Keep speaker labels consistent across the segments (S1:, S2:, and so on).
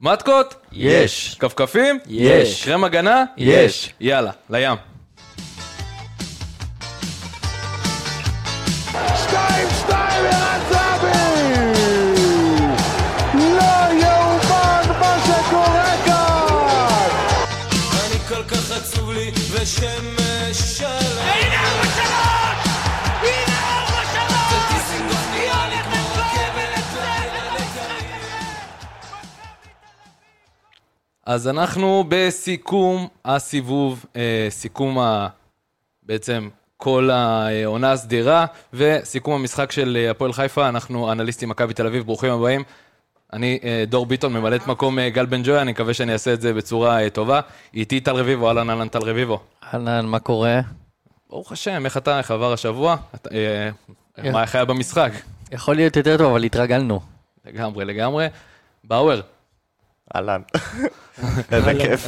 S1: מתקות?
S2: יש.
S1: כפכפים?
S2: יש.
S1: קרם הגנה?
S2: יש.
S1: יאללה, לים.
S3: שתיים, שתיים, ערן זהבי! לא יאומן מה שקורה כאן!
S4: אני כל כך עצוב לי ושמש עליי
S5: הנה ארבע שלוש! הנה ארבע שלוש! יוני כהן ולצלם
S1: אז אנחנו בסיכום הסיבוב, אה, סיכום ה... בעצם כל העונה הסדירה, וסיכום המשחק של אה, הפועל חיפה, אנחנו אנליסטים מכבי תל אביב, ברוכים הבאים. אני אה, דור ביטון, ממלא את מקום אה, גל בן ג'ויה, אני מקווה שאני אעשה את זה בצורה אה, טובה. איתי טל רביבו, אהלן אהלן טל רביבו.
S2: אהלן, מה קורה?
S1: ברוך השם, איך אתה, איך עבר השבוע? אתה, אה,
S2: כן.
S1: מה, איך היה במשחק?
S2: יכול להיות יותר טוב, אבל התרגלנו.
S1: לגמרי, לגמרי. באואר.
S6: אהלן. איזה כיף.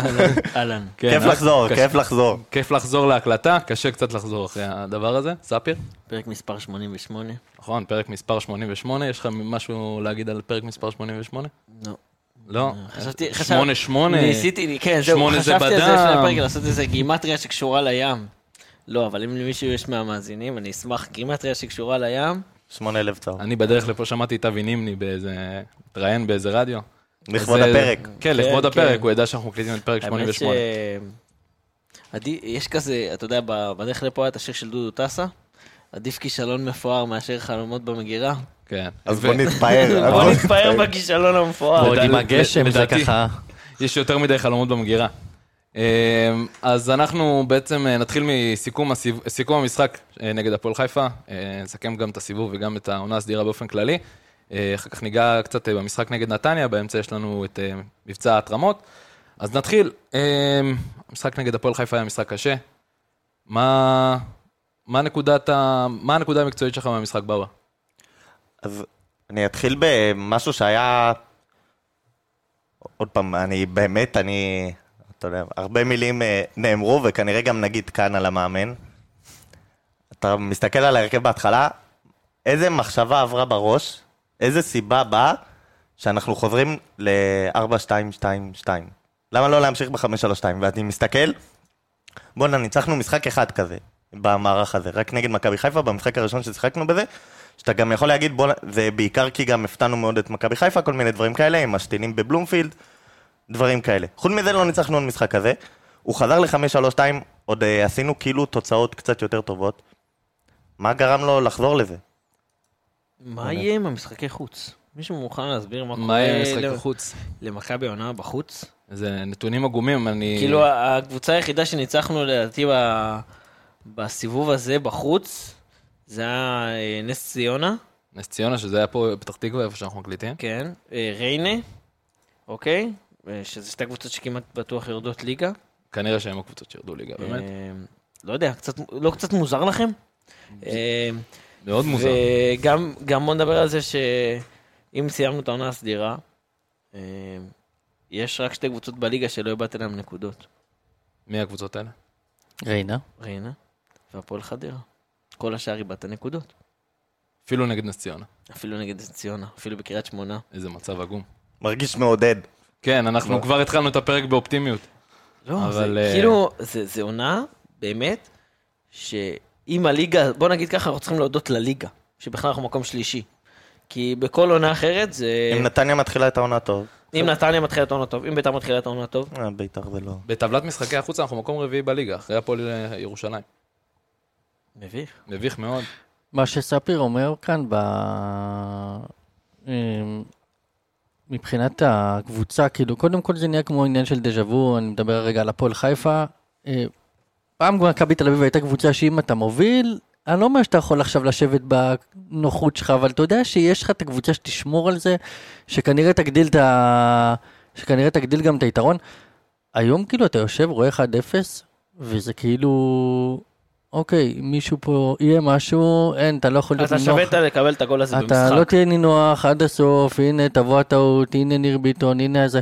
S7: אהלן.
S1: כן,
S6: כיף
S1: אה?
S6: לחזור,
S1: קשה-
S6: כיף לחזור.
S1: כיף לחזור להקלטה, קשה קצת לחזור אחרי הדבר הזה. ספיר?
S7: פרק מספר 88.
S1: נכון, פרק מספר 88, יש לך משהו להגיד על פרק מספר 88?
S7: לא.
S1: לא?
S7: חשבתי, חשב-
S1: 88.
S7: ניסיתי, כן, זהו,
S1: שמונה זה
S7: חשבתי על זה
S1: בדם.
S7: לפני הפרק, לעשות איזה גימטריה שקשורה לים. לא, אבל אם למישהו יש מהמאזינים, אני אשמח, גימטריה שקשורה לים.
S6: 8,000 צהוב.
S1: אני בדרך לפה שמעתי את אבי נימני באיזה, התראיין באיזה רדיו.
S6: לכבוד
S1: אז,
S6: הפרק.
S1: כן, לכבוד
S7: כן.
S1: הפרק, הוא ידע שאנחנו מקליטים את פרק
S7: האמת
S1: 88.
S7: ש- עדי- יש כזה, אתה יודע, ב- בדרך לפה היה את השיר של דודו טסה, עדיף כישלון מפואר מאשר חלומות במגירה.
S1: כן.
S6: אז
S1: ו-
S6: בוא נתפאר.
S7: בוא נתפאר בכישלון המפואר.
S2: עוד עם
S1: לדע-
S2: הגשם זה
S1: לדעתי-
S2: ככה...
S1: יש יותר מדי חלומות במגירה. אמ, אז אנחנו בעצם אה, נתחיל מסיכום הסיב- סיכום המשחק אה, נגד הפועל חיפה, אה, נסכם גם את הסיבוב וגם את העונה הסדירה באופן כללי. אה, אחר כך ניגע קצת אה, במשחק נגד נתניה, באמצע יש לנו את אה, מבצע ההתרמות. אז נתחיל, אמ, המשחק נגד הפועל חיפה היה משחק קשה. מה, מה, נקודת ה, מה הנקודה המקצועית שלך מהמשחק באווה?
S6: אז אני אתחיל במשהו שהיה... עוד פעם, אני באמת, אני... אתה יודע, הרבה מילים אה, נאמרו, וכנראה גם נגיד כאן על המאמן. אתה מסתכל על ההרכב בהתחלה, איזה מחשבה עברה בראש, איזה סיבה באה שאנחנו חוזרים ל-4-2-2-2. למה לא להמשיך ב-5-3-2? ואני מסתכל, בואנה, ניצחנו משחק אחד כזה, במערך הזה, רק נגד מכבי חיפה, במשחק הראשון ששיחקנו בזה, שאתה גם יכול להגיד, בואנה, זה בעיקר כי גם הפתענו מאוד את מכבי חיפה, כל מיני דברים כאלה, עם השתילים בבלומפילד, דברים כאלה. חוץ מזה לא ניצחנו עוד משחק כזה, הוא חזר ל-5-3-2, עוד אה, עשינו כאילו תוצאות קצת יותר טובות. מה גרם לו לחזור לזה?
S7: מה יהיה עם המשחקי חוץ? מישהו מוכן להסביר מה
S1: מה
S7: קורה
S1: יהיה משחק
S7: ל-
S1: החוץ?
S7: למכבי עונה בחוץ?
S1: זה נתונים עגומים, אני...
S7: כאילו הקבוצה היחידה שניצחנו לדעתי ב- בסיבוב הזה בחוץ, זה היה אה, נס ציונה,
S1: נס ציונה, שזה היה פה בפתח תקווה, איפה שאנחנו מקליטים.
S7: כן, אה, ריינה, אוקיי? אה, שזה שתי קבוצות שכמעט בטוח יורדות ליגה.
S1: כנראה שהם הקבוצות שירדו ליגה, באמת.
S7: אה, לא יודע, קצת, לא קצת מוזר לכם? אה,
S1: מאוד מוזר.
S7: וגם גם בוא נדבר על זה שאם סיימנו את העונה הסדירה, אה, יש רק שתי קבוצות בליגה שלא הבאת להם נקודות.
S1: מי הקבוצות האלה?
S2: ריינה?
S7: ריינה והפועל חדרה. כל השאר איבדת נקודות.
S1: אפילו נגד נס ציונה.
S7: אפילו נגד ציונה, אפילו בקריית שמונה.
S1: איזה מצב עגום.
S6: מרגיש מעודד.
S1: כן, אנחנו כבר התחלנו את הפרק באופטימיות.
S7: לא,
S1: אבל,
S7: אבל...
S1: אה,
S7: זה, כאילו, זה, זה עונה, באמת, שאם הליגה, בוא נגיד ככה, אנחנו צריכים להודות לליגה, שבכלל אנחנו מקום שלישי. כי בכל עונה אחרת זה...
S6: אם נתניה מתחילה את העונה טוב,
S7: אם נתניה מתחילה את העונה טוב, אם ביתר מתחילה את העונה טוב,
S6: אה, בית"ר זה לא...
S1: בטבלת משחקי החוץ אנחנו מקום רביעי בליגה, אחרי הפועל אה, ירושלים.
S7: מביך.
S1: מביך מאוד.
S2: מה שספיר אומר כאן ב... אמ, מבחינת הקבוצה, כאילו, קודם כל זה נהיה כמו עניין של דז'ה וו, אני מדבר רגע על הפועל חיפה. אה, פעם כבר מכבי תל אביב הייתה קבוצה שאם אתה מוביל, אני לא אומר שאתה יכול עכשיו לשבת בנוחות שלך, אבל אתה יודע שיש לך את הקבוצה שתשמור על זה, שכנראה תגדיל את ה... שכנראה תגדיל גם את היתרון. היום כאילו אתה יושב, רואה 1-0, וזה כאילו... אוקיי, מישהו פה יהיה משהו, אין, אתה לא יכול להיות
S7: אתה שווית לקבל את הגול הזה
S2: אתה לא
S7: במשחק.
S2: תהיה נינוח עד הסוף, הנה תבוא הטעות, הנה ניר ביטון, הנה זה.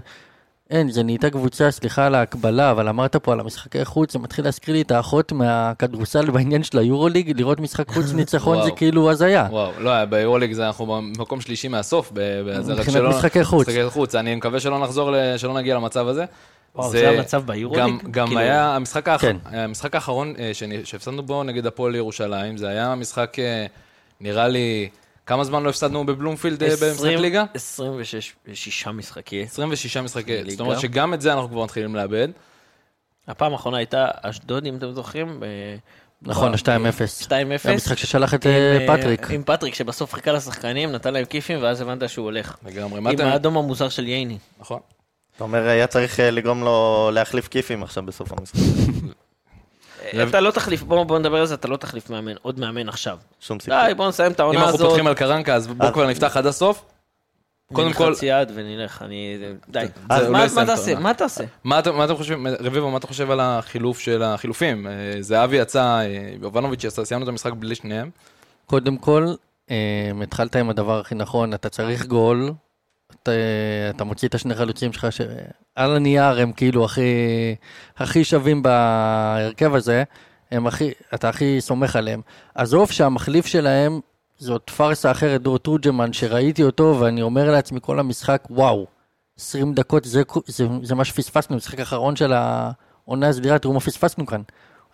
S2: אין, זה נהייתה קבוצה, סליחה על ההקבלה, אבל אמרת פה על המשחקי חוץ, זה מתחיל להזכיר לי את האחות מהכדורסל בעניין של היורוליג, לראות משחק חוץ ניצחון זה
S1: וואו.
S2: כאילו הזיה.
S1: וואו, לא, ביורוליג זה אנחנו במקום שלישי מהסוף, ב- ב- זה רק
S2: מבחינת
S1: שלא-
S2: משחקי חוץ.
S1: משחקי חוץ, אני מקווה שלא נחזור, ל- שלא נגיע למצב הזה.
S7: וואו, זה המצב ביורוליג?
S1: גם- גם
S7: כאילו-
S1: היה, המשחק האח-
S2: כן.
S1: המשחק האחרון אה, שנ- שהפסדנו בו נגד הפועל ירושלים, זה היה משחק, אה, נראה לי, כמה זמן לא הפסדנו בבלומפילד אה, במשחק
S7: 20
S1: ליגה?
S7: 26 שישה משחקי.
S1: 26 משחקי,
S7: ליגה.
S1: זאת אומרת שגם את זה אנחנו כבר מתחילים לאבד.
S7: הפעם האחרונה הייתה אשדוד, אם אתם זוכרים. ב-
S2: נכון,
S7: ב-
S2: 2-0.
S7: 2-0.
S2: המשחק ששלח את אה,
S7: עם,
S2: פטריק.
S7: אה, עם פטריק, שבסוף חיכה לשחקנים, נתן להם כיפים, ואז הבנת שהוא הולך.
S1: לגמרי, מה
S7: עם
S1: אתם...
S7: האדום המוזר של ייני.
S1: נכון.
S6: אתה אומר, היה צריך אה, לגרום לו להחליף כיפים עכשיו בסוף המשחק.
S1: לב-
S7: אתה לא תחליף, בואו בואו נדבר על זה, אתה לא תחליף מאמן, עוד מאמן עכשיו.
S6: שום סיכוי.
S7: די, בואו נסיים את
S1: אם
S7: העונה
S1: אנחנו
S7: הזאת.
S1: פותחים על קרנקה, אז בואו
S6: אז-
S1: כבר נפתח עד הסוף. קודם כל,
S7: נלחץ יד ונלך, אני... די.
S1: זה
S7: אז
S1: לא
S7: מה-
S1: יסיים
S7: מה
S1: את
S7: תעשה?
S1: העונה.
S7: מה תעשה?
S1: מה אתם, מה אתם חושבים, רביבו, מה אתה חושב על החילוף של החילופים? אה, זהבי יצא, אה, יובנוביץ' יצא, סיימנו את המשחק בלי שניהם.
S2: קודם כל, אה, התחלת עם הדבר הכי נכון, אתה צריך גול, אתה, אתה מוציא את השני חלוצים שלך, שעל הנייר הם כאילו הכי, הכי שווים בהרכב הזה, הם הכי, אתה הכי סומך עליהם. עזוב שהמחליף שלהם, זאת פארסה אחרת, דור תורג'מן, שראיתי אותו, ואני אומר לעצמי כל המשחק, וואו, 20 דקות, זה, כו- זה, זה מה שפספסנו, המשחק האחרון של העונה הסדירה, תראו מה פספסנו כאן.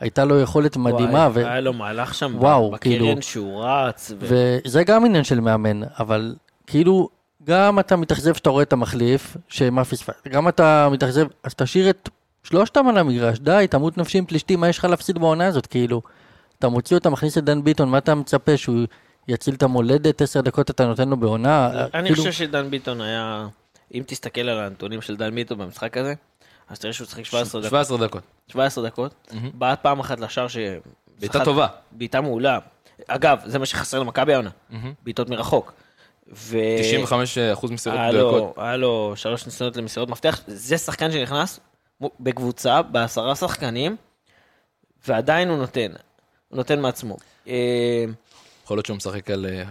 S2: הייתה לו יכולת מדהימה.
S7: וואי, היה לו מהלך שם
S2: וואו,
S7: בקרן
S2: כאילו-
S7: שהוא רץ. ו-
S2: וזה גם עניין של מאמן, אבל כאילו, גם אתה מתאכזב שאתה רואה את המחליף, שמה פספס, גם אתה מתאכזב, אז תשאיר את שלושתם על המגרש, די, תמות נפשי עם פלישתים, מה יש לך להפסיד בעונה הזאת, כאילו, אתה מוציא אותם, מכניס את דן ביטון, מה אתה מצפה, שהוא יציל את המולדת, עשר דקות אתה נותן לו בעונה,
S7: אני
S2: כאילו,
S7: חושב שדן ביטון היה... אם תסתכל על הנתונים של דן ביטון במשחק הזה, אז תראה שהוא שיחק 17 דקות.
S1: 17 דקות.
S7: 17 דקות, בעט פעם אחת לשער ש...
S1: בעיטה
S7: שחט-
S1: טובה.
S7: בעיטה מעולה. אגב, זה מה שחסר למכבי העונה, בעיטות מרחוק. ו...
S1: 95% מסירות
S7: היה
S1: מדויקות.
S7: לו, היה לו שלוש ניסיונות למסירות מפתח, זה שחקן שנכנס מו- בקבוצה, בעשרה שחקנים, ועדיין הוא נותן, הוא נותן מעצמו. אה,
S1: יכול להיות שהוא משחק על, אה,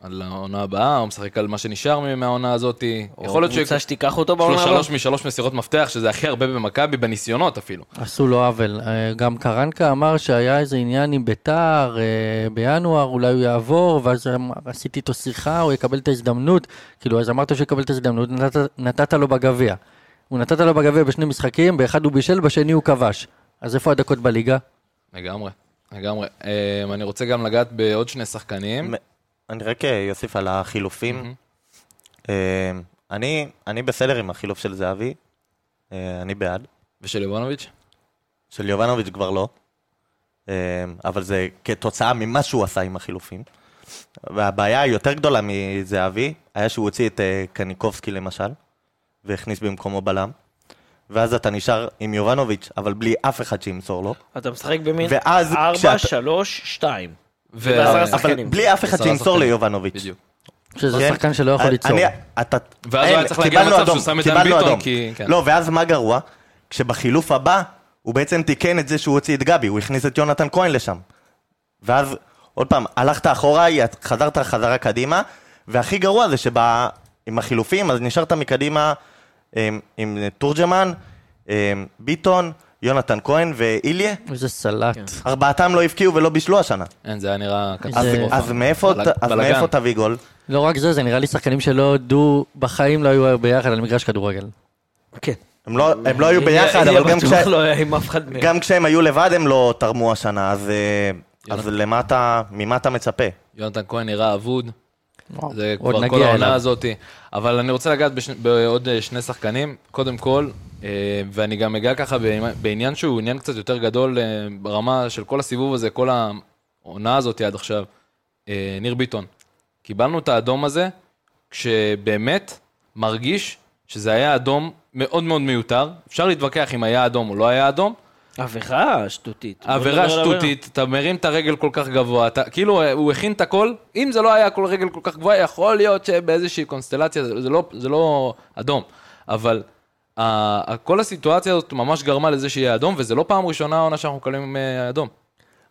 S1: על העונה הבאה, הוא משחק על מה שנשאר מ- מהעונה הזאת. יכול להיות
S7: קבוצה
S1: שיש
S7: שתיקח אותו
S1: לו
S7: בעונה הבאה.
S1: שלוש משלוש מסירות מפתח, שזה הכי הרבה במכבי, בניסיונות אפילו.
S2: עשו לו עוול. אה, גם קרנקה אמר שהיה איזה עניין עם ביתר אה, בינואר, אולי הוא יעבור, ואז אמר, עשיתי איתו שיחה, הוא יקבל את ההזדמנות. כאילו, אז אמרת שהוא יקבל את ההזדמנות, נתת, נתת לו בגביע. הוא נתת לו בגביע בשני משחקים, באחד הוא בישל, בשני הוא כבש. אז איפה הדקות בליגה?
S1: לגמרי, לגמרי. אה, אני רוצה גם לגעת בעוד שני שחקנים.
S6: מ- אני רק אה, אוסיף על החילופים. אה, אני אני בסדר עם החילוף של זהבי, אה, אני בעד.
S1: ושל יובנוביץ'?
S6: של יובנוביץ' כבר לא. אה, אבל זה כתוצאה ממה שהוא עשה עם החילופים. והבעיה היותר גדולה מזהבי, היה שהוא הוציא את אה, קניקובסקי למשל, והכניס במקומו בלם. ואז אתה נשאר עם יובנוביץ', אבל בלי אף אחד שימסור לו.
S7: אתה משחק במין
S6: ואז
S7: 4,
S6: כשאתה-
S7: 3, 2.
S1: ו-
S7: בעשרה שחקנים.
S6: אבל בלי אף אחד
S1: עשרה
S6: שימסור
S1: שחקנים.
S6: ליובנוביץ'.
S1: בדיוק.
S2: שזה
S6: כן?
S2: שחקן שלא יכול
S6: אני-
S2: ליצור.
S6: אני- אתה-
S1: ואז הוא
S6: אין,
S1: היה צריך להגיע
S6: קיבלנו
S1: למצב שהוא
S6: אדום,
S1: שם את דן
S6: קיבלנו
S1: ביטון,
S6: אדום.
S1: כי- כן.
S6: לא, ואז מה גרוע? כשבחילוף הבא, הוא בעצם תיקן את זה שהוא הוציא את גבי, הוא הכניס את יונתן כהן לשם. ואז, עוד פעם, הלכת אחורה, י- חזרת חזרה קדימה, והכי גרוע זה שעם החילופים, אז נשארת מקדימה עם, עם תורג'מן, עם ביטון, יונתן כהן ואיליה.
S2: איזה סלט.
S6: ארבעתם לא הבקיעו ולא בישלו השנה.
S1: אין, זה היה נראה
S6: אז,
S1: קטסטרופה.
S6: אז, מאיפה,
S1: בלג-
S6: ת- אז
S1: בלגן.
S6: מאיפה תביא גול?
S2: לא רק זה, זה נראה לי שחקנים שלא הודו, בחיים לא היו ביחד על מגרש כדורגל.
S7: כן.
S6: הם לא, הם לא היו ביחד, אבל גם כשה...
S7: בטוח לא היה עם אף אחד מהם.
S6: גם כשהם היו לבד הם לא תרמו השנה, אז, אה, אז
S1: יונתן.
S6: למה אתה, ממה אתה מצפה?
S1: יונתן כהן נראה אבוד. זה
S2: עוד
S1: כבר
S2: נגיע
S1: כל העונה
S2: אליו.
S1: הזאת. אבל אני רוצה לגעת בשני- בעוד אה, שני שחקנים. קודם כל, אה, ואני גם אגע ככה בעני- בעניין שהוא עניין קצת יותר גדול אה, ברמה של כל הסיבוב הזה, כל העונה הזאת עד עכשיו. אה, ניר ביטון, קיבלנו את האדום הזה, כשבאמת מרגיש שזה היה אדום מאוד מאוד מיותר. אפשר להתווכח אם היה אדום או לא היה אדום,
S7: עבירה שטותית. בוא נדבר
S1: עבירה
S7: על
S1: שטותית, אתה מרים את הרגל כל כך גבוה, אתה, כאילו אה, הוא הכין את הכל, אם זה לא היה כל רגל כל כך גבוהה, יכול להיות שבאיזושהי קונסטלציה, זה זה לא, זה לא אדום, אבל אה, ה- ה- כל הסיטואציה הזאת ממש גרמה לזה שיהיה אדום, וזה לא פעם ראשונה העונה שאנחנו מקבלים אה, אדום.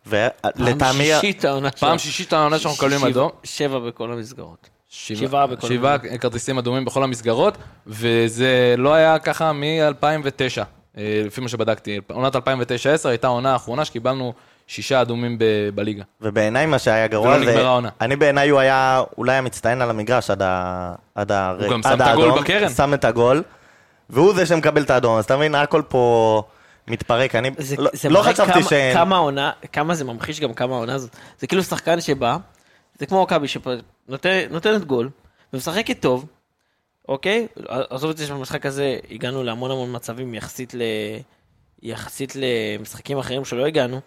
S6: ולטעמי...
S7: פעם שישית העונה
S1: פעם
S7: שלו.
S1: שישית העונה שאנחנו מקבלים
S7: שבע-
S1: אדום,
S7: שבע בכל המסגרות. שבעה בכל
S1: שבעה כרטיסים אדומים בכל המסגרות, וזה לא היה ככה מ-2009, אה, לפי מה שבדקתי. עונת 2009-2010 הייתה העונה האחרונה שקיבלנו שישה אדומים ב- בליגה.
S6: ובעיניי מה שהיה גרוע
S1: ולא לא, נגמרה העונה.
S6: אני בעיניי הוא היה אולי המצטיין על המגרש עד ה... עד ה...
S1: הוא גם
S6: עד
S1: שם את הגול
S6: האדום,
S1: בקרן.
S6: שם את הגול, והוא זה שמקבל את האדום, אז אתה מבין, הכל פה מתפרק. אני
S7: זה,
S6: לא,
S7: זה
S6: לא
S7: מראה
S6: חשבתי
S7: כמה,
S6: ש...
S7: כמה עונה, כמה זה ממחיש גם כמה העונה הזאת. זה כאילו שחקן שבא, זה כמו מכבי שנותנת גול, ומשחקת טוב, אוקיי? עזוב את זה שבמשחק הזה הגענו להמון המון מצבים יחסית, ל... יחסית למשחקים אחרים שלא הגענו,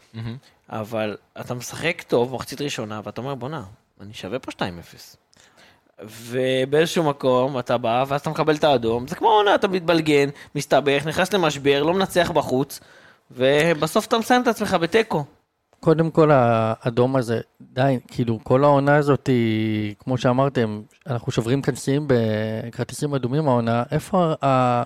S7: אבל אתה משחק טוב, מחצית ראשונה, ואתה אומר, בואנה, אני שווה פה 2-0. ובאיזשהו מקום אתה בא ואז אתה מקבל את האדום, זה כמו עונה, אתה מתבלגן, מסתבך, נכנס למשבר, לא מנצח בחוץ, ובסוף אתה מסיים את עצמך בתיקו.
S1: כן,
S2: קודם כל, האדום הזה, די, כאילו, כל העונה הזאת היא, כמו שאמרתם, אנחנו שוברים כאן שיאים בכרטיסים אדומים העונה, איפה ה- ה...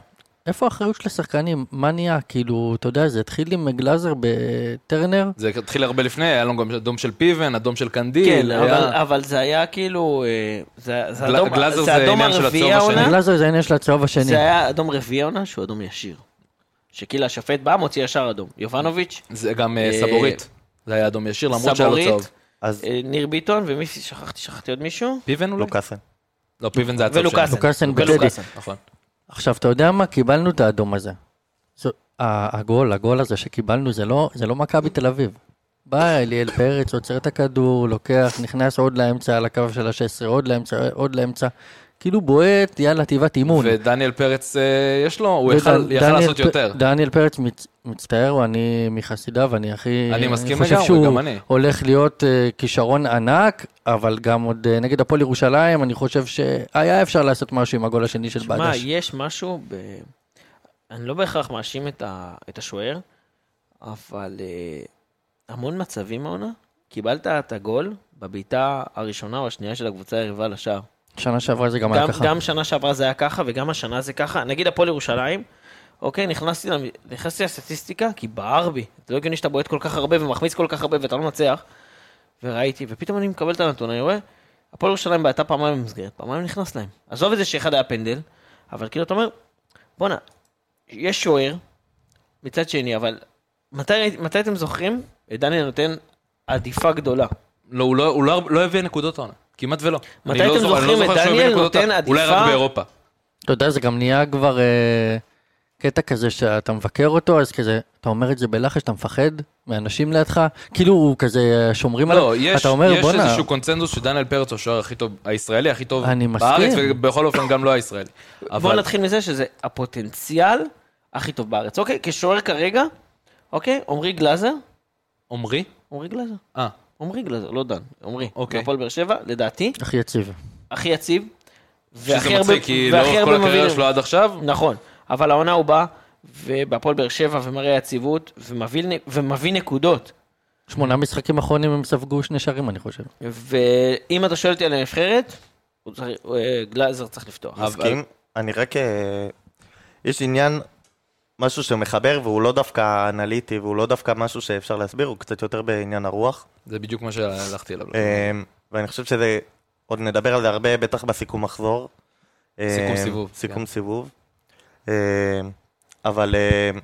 S2: איפה האחריות של השחקנים? מה נהיה? כאילו, אתה יודע, זה התחיל עם גלאזר בטרנר,
S1: זה התחיל הרבה לפני, היה לנו גם אדום של פיבן, אדום של קנדיל.
S7: כן,
S1: היה-
S7: אבל, אבל זה היה כאילו, אה, זה, זה
S1: גל-
S7: אדום,
S1: גלאזר
S7: זה
S1: זה
S7: אדום
S1: עניין של
S7: הרביעי
S1: הצהוב השני.
S7: העונה,
S2: גלאזר זה העניין של הצהוב השני.
S7: זה היה אדום רביעי העונה שהוא אדום ישיר. שכאילו השופט בא, מוציא ישר אדום. יובנוביץ',
S1: זה גם אה,
S7: אה,
S1: סבורית. זה היה אדום ישיר, למרות שהיה לו
S7: סבורית,
S1: צהוב.
S6: אז
S7: אה, ניר ביטון, ומי שכחתי, שכחתי עוד מישהו?
S1: פיבן אולי?
S6: לוקאסן.
S1: לא, פיבן זה הצהוב
S7: ולוקאסן.
S1: שלנו.
S2: לוקאסן
S7: ולוקאסן.
S2: וטדי.
S1: נכון.
S2: עכשיו, אתה יודע מה? קיבלנו את האדום הזה. זו- ה- הגול, הגול הזה שקיבלנו, זה לא, זה לא מכבי תל אביב. בא אליאל פרץ, עוצר את הכדור, לוקח, נכנס עוד לאמצע על הקו של ה-16, עוד לאמצע, עוד לאמצע. כאילו בועט, יאללה, תיבת אימון.
S1: ודניאל פרץ, אה, יש לו, הוא
S2: ודן-
S1: יכל יכל
S2: דניאל
S1: לעשות
S2: פ-
S1: יותר.
S2: דניאל פרץ מצ- מצטער, הוא אני מחסידיו, אני הכי...
S1: אני מסכים
S2: חושב
S1: לגמרי,
S2: שהוא
S1: גם אני.
S2: הולך להיות אה, כישרון ענק, אבל גם עוד אה, נגד הפועל ירושלים, אני חושב שהיה אפשר לעשות משהו עם הגול השני של
S7: שמע,
S2: בדש.
S7: יש משהו ב... אני לא בהכרח מאשים את, ה... את השוער, אבל אה, המון מצבים העונה, קיבלת את הגול בבעיטה הראשונה או השנייה של הקבוצה היריבה לשער.
S2: שנה שעברה זה גם היה
S7: גם,
S2: ככה.
S7: גם שנה שעברה זה היה ככה, וגם השנה זה ככה. נגיד הפועל ירושלים, אוקיי, נכנסתי, למ- נכנסתי לסטטיסטיקה, כי בער בי. זה לא הגיוני שאתה בועט כל כך הרבה ומחמיץ כל כך הרבה ואתה לא מנצח. וראיתי, ופתאום אני מקבל את הנתון, אני רואה, הפועל ירושלים בעטה פעמיים במסגרת, פעמיים נכנס להם. עזוב את זה שאחד היה פנדל, אבל כאילו אתה אומר, בואנה, יש שוער, מצד שני, אבל מתי, ראיתי- מתי אתם זוכרים את דניאל נותן עדיפה גדולה?
S1: לא, הוא לא, הוא לא, לא הביא נקודות העונה. כמעט ולא.
S7: מתי
S1: אני לא
S7: אתם
S1: זוכר- אני לא
S7: זוכרים את
S1: זוכר שהוא הביא
S7: דניאל
S1: נקודות
S7: נותן
S1: העונה.
S7: עדיפה?
S1: אולי רק באירופה.
S2: אתה יודע, זה גם נהיה כבר אה, קטע כזה שאתה מבקר אותו, אז כזה, אתה אומר את זה בלחש, אתה מפחד מאנשים לידך, כאילו הוא כזה אה, שומרים עליו,
S1: לא, יש,
S2: אתה אומר,
S1: יש
S2: בואנה,
S1: איזשהו קונצנזוס שדניאל פרץ הוא השוער הכי טוב, הישראלי הכי טוב
S2: אני
S1: בארץ,
S2: מסכים.
S1: ובכל אופן גם לא הישראלי.
S7: בואו
S1: אבל
S7: נתחיל מזה שזה הפוטנציאל הכי טוב בארץ. אוקיי, כשוער כרגע, אוקיי, עמרי גלאזר,
S1: עמרי?
S7: עמרי גלאזר,
S1: אה,
S7: עמרי גלאזר, לא דן, עמרי,
S1: אוקיי.
S7: מהפועל באר שבע, לדעתי,
S2: הכי יציב.
S7: הכי יציב,
S1: שזה מצחיק, כי לאורך כל הקריירה שלו עד עכשיו,
S7: נכון, אבל העונה הוא בא, ובהפועל באר שבע, ומראה יציבות, ומביא, נ- ומביא נקודות.
S2: שמונה משחקים אחרונים הם ספגו שני שערים, אני חושב.
S7: ואם אתה שואל אותי על הנבחרת, הוא צריך- אה, גלאזר צריך לפתוח.
S6: מסכים. אני רק... אה, יש עניין, משהו שמחבר, והוא לא דווקא אנליטי, והוא לא דווקא משהו שאפשר להסביר, הוא קצת יותר בעניין הרוח.
S1: זה בדיוק מה שהלכתי אליו.
S6: אמ, ואני חושב שזה, עוד נדבר על זה הרבה, בטח בסיכום מחזור. אמ,
S1: סיכום סיבוב,
S6: סיכום
S1: כן.
S6: סיבוב. אמ, אבל אמ,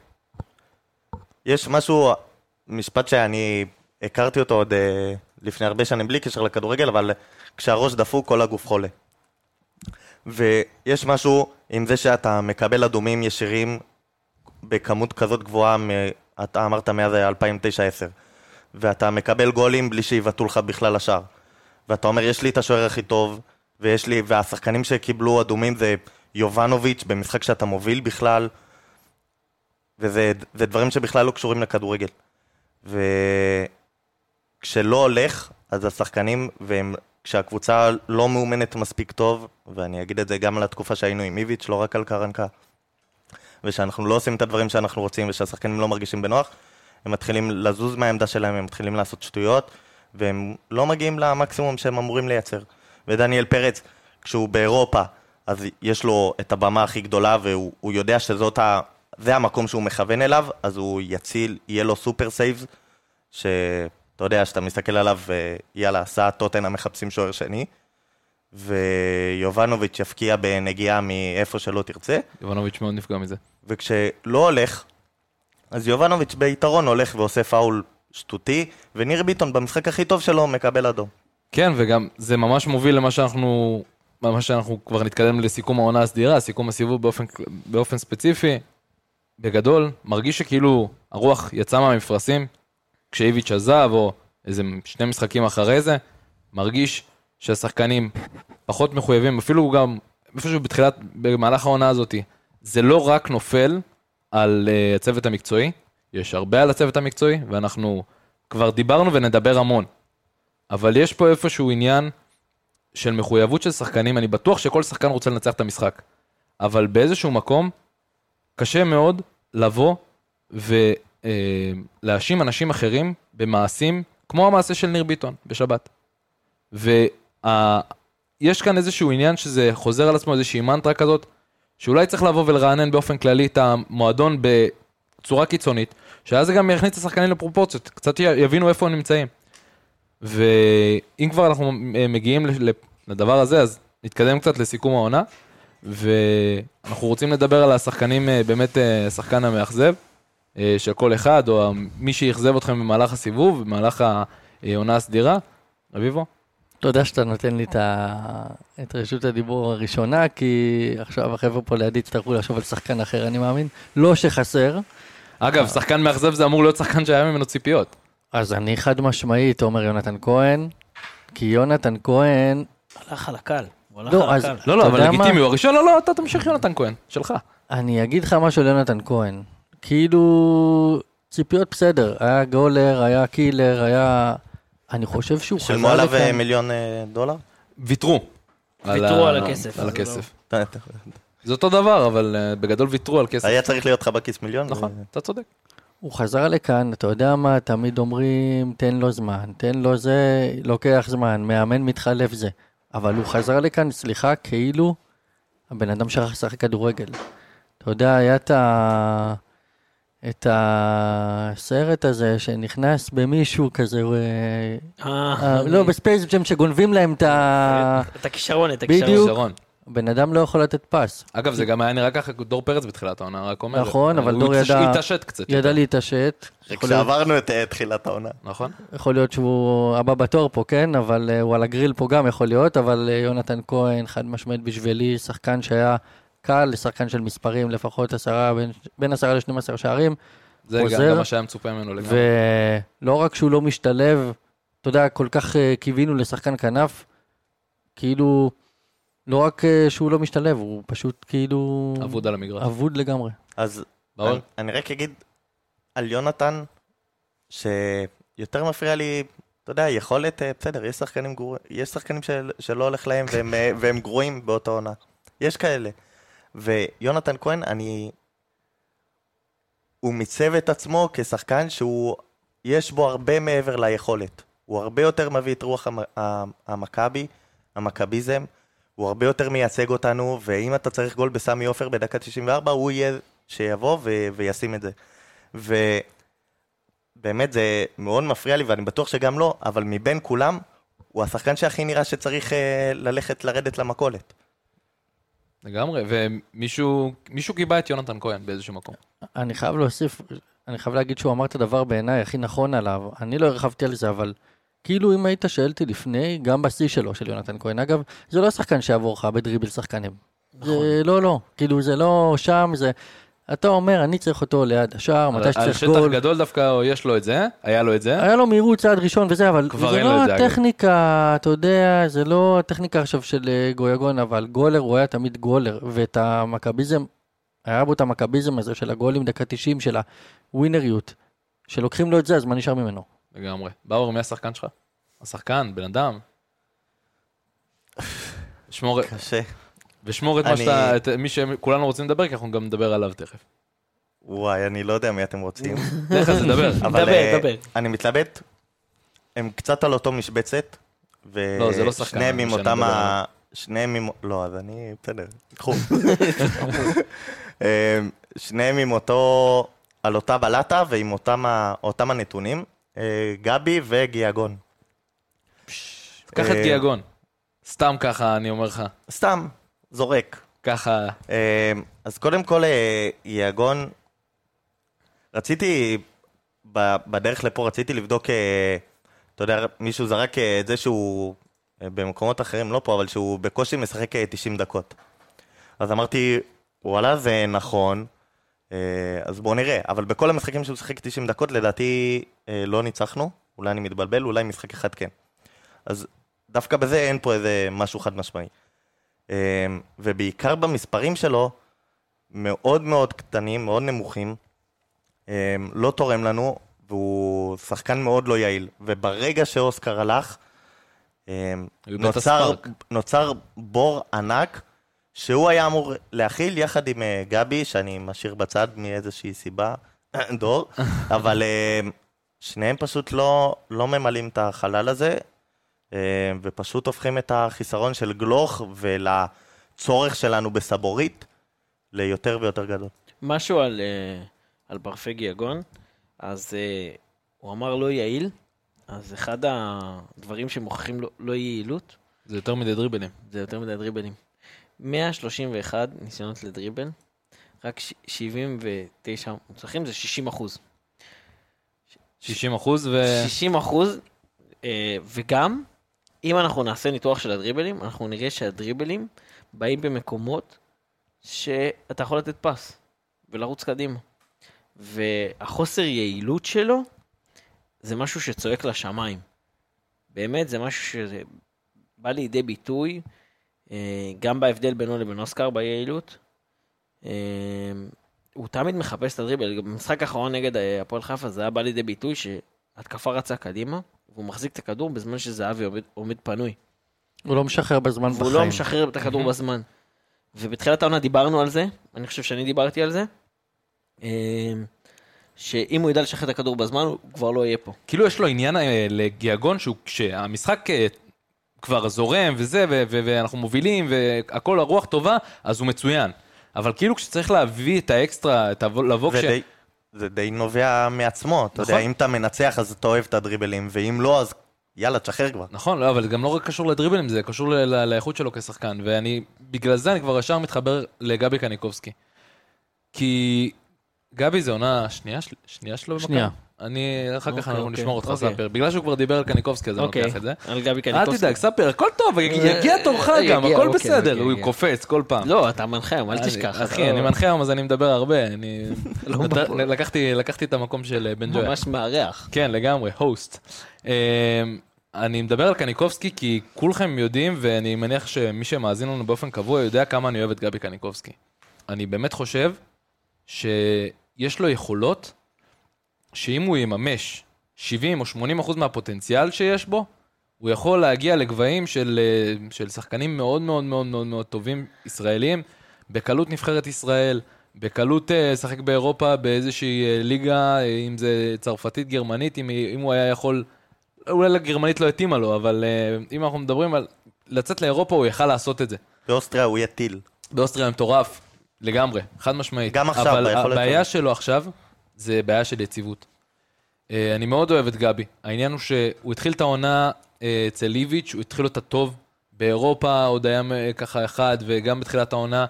S6: יש משהו, משפט שאני הכרתי אותו עוד אה, לפני הרבה שנים, בלי קשר לכדורגל, אבל כשהראש דפוק, כל הגוף חולה. ויש משהו עם זה שאתה מקבל אדומים ישירים בכמות כזאת גבוהה, מ- אתה אמרת מאז 2009-2010. ואתה מקבל גולים בלי שיבעטו לך בכלל לשער. ואתה אומר, יש לי את השוער הכי טוב, ויש לי, והשחקנים שקיבלו אדומים זה יובנוביץ' במשחק שאתה מוביל בכלל, וזה זה דברים שבכלל לא קשורים לכדורגל. וכשלא הולך, אז השחקנים, והם, כשהקבוצה לא מאומנת מספיק טוב, ואני אגיד את זה גם על התקופה שהיינו עם איביץ', לא רק על קרנקה, ושאנחנו לא עושים את הדברים שאנחנו רוצים, ושהשחקנים לא מרגישים בנוח, הם מתחילים לזוז מהעמדה שלהם, הם מתחילים לעשות שטויות, והם לא מגיעים למקסימום שהם אמורים לייצר. ודניאל פרץ, כשהוא באירופה, אז יש לו את הבמה הכי גדולה, והוא הוא יודע שזאת ה... זה המקום שהוא מכוון אליו, אז הוא יציל, יהיה לו סופר סייבס, אה, שאתה יודע, שאתה מסתכל עליו, ויאללה, עשה טוטנה מחפשים שוער שני. ויובנוביץ' יפקיע בנגיעה מאיפה שלא תרצה,
S1: יובנוביץ' מאוד נפגע מזה.
S6: וכשלא הולך, אז יובנוביץ' ביתרון הולך ועושה פאול שטותי, וניר ביטון במשחק הכי טוב שלו מקבל אדום.
S1: כן, וגם זה ממש מוביל למה שאנחנו, למה שאנחנו כבר נתקדם לסיכום העונה הסדירה, סיכום הסיבוב באופן, באופן ספציפי. בגדול, מרגיש שכאילו הרוח יצאה מהמפרשים, כשאיביץ' עזב, או איזה שני משחקים אחרי זה, מרגיש שהשחקנים פחות מחויבים, אפילו גם איפשהו בתחילת, במהלך העונה הזאת, זה לא רק נופל על אה, הצוות המקצועי, יש הרבה על הצוות המקצועי, ואנחנו כבר דיברנו ונדבר המון. אבל יש פה איפשהו עניין של מחויבות של שחקנים, אני בטוח שכל שחקן רוצה לנצח את המשחק, אבל באיזשהו מקום קשה מאוד לבוא ולהאשים אנשים אחרים במעשים כמו המעשה של ניר ביטון בשבת. ויש כאן איזשהו עניין שזה חוזר על עצמו איזושהי מנטרה כזאת, שאולי צריך לבוא ולרענן באופן כללי את המועדון בצורה קיצונית, שאז זה גם יכניס את השחקנים לפרופורציות, קצת י- יבינו איפה הם נמצאים. ואם כבר אנחנו אה, מגיעים ל- ל- לדבר הזה, אז נתקדם קצת לסיכום העונה, ואנחנו רוצים לדבר על השחקנים, אה, באמת אה, השחקן המאכזב אה, של כל אחד, או מי שאכזב אתכם במהלך הסיבוב, במהלך העונה הסדירה. רביבו?
S2: תודה שאתה נותן לי את, ה... את רשות הדיבור הראשונה, כי עכשיו החבר'ה פה לידי יצטרכו לחשוב על שחקן אחר, אני מאמין. לא שחסר,
S1: אגב, שחקן מאכזב זה אמור להיות שחקן שהיה ממנו ציפיות.
S2: אז אני חד משמעית אומר יונתן כהן, כי יונתן כהן,
S7: הלך על הקל. הוא הלך
S2: לא,
S7: על
S2: אז-
S7: הקל.
S1: לא, לא,
S2: אתה
S1: אבל
S2: יודע
S1: לגיטימי,
S2: מה?
S1: הוא הראשון, לא, לא, אתה תמשיך יונתן כהן, שלך.
S2: אני אגיד לך משהו על יונתן כהן. כאילו, ציפיות בסדר, היה גולר, היה קילר, היה... אני חושב שהוא חזר
S6: שילמו עליו אה, מיליון אה, דולר?
S1: ויתרו.
S7: ויתרו
S1: ה-
S7: על הכסף.
S1: על
S7: אז זה לא-
S1: הכסף.
S6: אתה- אתה-
S1: זה אותו דבר, אבל אה, בגדול ויתרו על כסף.
S6: היה צריך להיות לך בכיס מיליון?
S1: נכון, אתה צודק.
S2: הוא חזר לכאן, אתה יודע מה, תמיד אומרים, תן לו זמן, תן לו זה, לוקח זמן, מאמן מתחלף זה. אבל הוא חזר לכאן, סליחה, כאילו הבן אדם שכח לשחק כדורגל. אתה יודע, היה את, ה... את הסרט הזה שנכנס במישהו כזה, הוא, אה,
S7: אה,
S2: אה, לא, בספייס ג'ם שגונבים להם את ה...
S7: את הכישרון, את
S2: בדיוק.
S7: הכישרון.
S1: שרון.
S2: בן אדם לא יכול לתת פס.
S1: אגב, זה גם היה נראה ככה דור פרץ בתחילת העונה, רק אומר.
S2: נכון, אבל
S1: הוא
S2: דור
S1: התעש-
S2: ידע-
S1: התעשת קצת.
S2: ידע להתעשת. יכול להיות-
S6: כשעברנו את אה, תחילת העונה.
S1: נכון?
S2: יכול להיות שהוא הבא בתור פה, כן? אבל אה, הוא על הגריל פה גם יכול להיות, אבל אה, יונתן כהן, חד משמעית בשבילי, שחקן שהיה קל, שחקן של מספרים, לפחות עשרה, בין- בין עשרה לשנים עשר שערים,
S1: זה גם-
S2: עוזר.
S1: גם מה שהיה מצופה ממנו לגמרי.
S2: ולא רק שהוא לא משתלב, אתה יודע, כל כך אה, קיווינו לשחקן כנף, כאילו, לא רק אה, שהוא לא משתלב, הוא פשוט כאילו...
S1: אבוד על המגרש.
S2: אבוד לגמרי.
S6: אז
S1: באור?
S6: אני- אני רק אגיד על יונתן, שיותר מפריע לי, אתה יודע, יכולת, אה, בסדר, יש שחקנים, גרוע, יש שחקנים של, שלא הולך להם והם, אה, והם גרועים באותה עונה. יש כאלה. ויונתן כהן, אני... הוא מיצב את עצמו כשחקן שהוא, יש בו הרבה מעבר ליכולת. הוא הרבה יותר מביא את רוח המ- ה- המכבי, המכביזם, הוא הרבה יותר מייצג אותנו, ואם אתה צריך גול בסמי עופר בדקה 94, הוא יהיה שיבוא ו- וישים את זה. ובאמת זה מאוד מפריע לי, ואני בטוח שגם לא, אבל מבין כולם, הוא השחקן שהכי נראה שצריך אה, ללכת לרדת למכולת.
S1: לגמרי, ומישהו מישהו גיבה את יונתן כהן באיזשהו מקום.
S2: אני חייב להוסיף, אני חייב להגיד שהוא אמר את הדבר בעיניי הכי נכון עליו. אני לא הרחבתי על זה, אבל כאילו אם היית שואל אותי לפני, גם בשיא שלו, של יונתן כהן. אגב, זה לא שחקן שיעבור לך בדריבל שחקנים. נכון. זה לא, לא. כאילו זה לא שם, זה... אתה אומר, אני צריך אותו ליד השער, מתי
S1: על
S2: שצריך
S1: שטח
S2: גול. אה.
S1: גדול דווקא או יש לו את זה, היה לו את זה.
S2: היה לו מהירות צעד ראשון וזה, אבל
S1: כבר
S2: זה
S1: אין לו
S2: לא
S1: את זה, אגב.
S2: הטכניקה, אתה יודע, זה לא הטכניקה עכשיו של אה, גויגון, אבל גולר הוא היה תמיד גולר, ואת המכביזם, היה בו את המכביזם הזה של הגולים דקה 90, של הווינריות, שלוקחים לו את זה, אז מה נשאר ממנו?
S1: לגמרי. באור, מי השחקן שלך? השחקן, בן אדם. שמור-
S6: קשה.
S1: ושמור את מה
S6: אני-
S1: שאתה, את מי שכולנו רוצים לדבר, כי אנחנו גם נדבר עליו תכף.
S6: וואי, אני לא יודע מי אתם רוצים.
S1: לך אז לדבר.
S6: אבל
S7: דבר,
S6: אה,
S7: דבר.
S6: אני מתלבט, הם קצת על אותו משבצת,
S1: לא, זה לא שחקן,
S6: ושניהם עם
S1: שאני
S6: אותם
S1: מדבר
S6: ה...
S1: עליו.
S6: שניהם עם... לא, אז אני... בסדר, קחו. אמ, שניהם עם אותו... על אותה בלטה ועם אותם, ה... אותם הנתונים, אה, גבי וגיאגון.
S1: קח את
S6: אה,
S1: גיאגון. סתם ככה, אני אומר לך.
S6: סתם, זורק.
S1: ככה,
S6: אה, אז קודם כל, אה, יגון, רציתי, ב- בדרך לפה רציתי לבדוק, אה, אתה יודע, מישהו זרק אה, את זה שהוא, אה, במקומות אחרים, לא פה, אבל שהוא בקושי משחק אה, 90 דקות. אז אמרתי, וואלה, זה נכון, אה, אז בואו נראה. אבל בכל המשחקים שהוא שיחק 90 דקות, לדעתי אה, לא ניצחנו, אולי אני מתבלבל, אולי משחק אחד כן. אז דווקא בזה אין פה איזה משהו חד משמעי. אמ, ובעיקר במספרים שלו, מאוד מאוד קטנים, מאוד נמוכים, אמ, לא תורם לנו, והוא שחקן מאוד לא יעיל. וברגע שאוסקר הלך, אמ,
S1: הוא איבד את
S6: נוצר,
S1: הספארק.
S6: נוצר בור ענק, שהוא היה אמור להכיל יחד עם אה, גבי, שאני משאיר בצד מאיזושהי סיבה, דור, אבל אמ, שניהם פשוט לא, לא ממלאים את החלל הזה, אה, ופשוט הופכים את החיסרון של גלוך ולצורך שלנו בסבורית ליותר ויותר גדול.
S7: משהו על, אה, על ברפג יגון, אז אה, הוא אמר לא יעיל, אז אחד הדברים שמוכיחים לו לא יעילות,
S1: זה יותר מדי דריבלים.
S7: זה יותר מדי דריבלים. 131 ניסיונות לדריבל, רק ש- 79 מוצלחים, זה 60 אחוז.
S1: 60 אחוז ו...
S7: 60 אחוז, אה, וגם, אם אנחנו נעשה ניתוח של הדריבלים, אנחנו נראה שהדריבלים באים במקומות שאתה יכול לתת פס ולרוץ קדימה. והחוסר יעילות שלו, זה משהו שצועק לשמיים. באמת, זה משהו שבא לידי ביטוי, אה, גם בהבדל בינו לבין אוסקר ביעילות. אה, הוא תמיד מחפש את הדריבל. גם במשחק האחרון נגד אה, הפועל חיפה זה היה בא לידי ביטוי שהתקפה רצה קדימה, והוא מחזיק את הכדור בזמן שזהבי עומד, עומד פנוי.
S2: הוא לא משחרר בזמן
S1: נכון.
S2: בחיים.
S7: והוא לא משחרר את הכדור בזמן. ובתחילת העונה דיברנו על זה, אני חושב שאני דיברתי על זה, אה, שאם הוא ידע לשחרר את הכדור בזמן, הוא כבר לא יהיה פה.
S1: כאילו יש לו עניין אה, לגיאגון שהוא כשהמשחק אה, כבר זורם וזה, ו- ו- ואנחנו מובילים והכל הרוח טובה, אז הוא מצוין. אבל כאילו כשצריך להביא את האקסטרה, את הב- לבוא
S6: זה,
S1: כש...
S6: די, זה די נובע מעצמו, אתה יודע,
S1: נכון.
S6: אם אתה מנצח אז אתה אוהב את הדריבלים, ואם לא אז יאללה, תשחרר כבר.
S1: נכון, לא, אבל זה גם לא רק קשור לדריבלים, זה קשור ל- ל- לאיכות שלו כשחקן. ואני, בגלל זה אני כבר ישר מתחבר לגבי קניקובסקי. כי גבי זה עונה שנייה, של- שנייה שלו במכבי?
S2: שנייה.
S1: אני, אחר כך
S7: אוקיי,
S1: אנחנו
S7: אוקיי,
S1: נשמור אותך,
S7: אוקיי.
S1: ספיר. בגלל שהוא כבר דיבר על קניקובסקי, אז אני
S7: אוקיי,
S1: לוקח את זה.
S7: על גבי
S1: אל
S7: קניקובסקי.
S1: תדאג, ספר, הכל טוב, יגיע תורך
S7: אה,
S1: גם,
S7: יגיע,
S1: הכל
S7: אוקיי,
S1: בסדר.
S7: אוקיי,
S1: הוא
S7: יגיע.
S1: קופץ כל פעם.
S7: לא, אתה מנחה, היום, אל תשכח.
S1: אחי, אני מנחה היום, אז אני מדבר הרבה. אני... נת- לקחתי- לקחתי את המקום של אה, בן ג'ויה.
S7: ממש מארח.
S1: כן, לגמרי, הוסט. אמ, אני מדבר על קניקובסקי כי כולכם יודעים, ואני מניח שמי שמאזין לנו באופן קבוע יודע כמה אני אוהב את גבי קניקובסקי. אני באמת חושב שיש לו יכולות שאם הוא יממש 70 או 80 אחוז מהפוטנציאל שיש בו, הוא יכול להגיע לגבהים של, אה, של שחקנים מאוד מאוד מאוד מאוד מאוד טובים ישראלים, בקלות נבחרת ישראל, בקלות אה, לשחק באירופה באיזושהי אה, ליגה, אה, אם זה צרפתית, גרמנית, אם, אם הוא היה יכול, אולי לגרמנית לא התאימה לו, אבל אה, אם אנחנו מדברים על לצאת לאירופה, הוא יכל לעשות את זה.
S6: באוסטריה הוא יהיה טיל.
S1: באוסטריה מטורף, לגמרי, חד משמעית.
S6: גם עכשיו,
S1: אבל
S6: ביכולת
S1: הבעיה
S6: שלו.
S1: שלו עכשיו, זה בעיה של יציבות. אה, אני מאוד אוהב את גבי. העניין הוא שהוא התחיל את העונה אה, אצל איביץ', הוא התחיל אותה טוב. באירופה עוד היה אה, ככה אחד, וגם בתחילת העונה.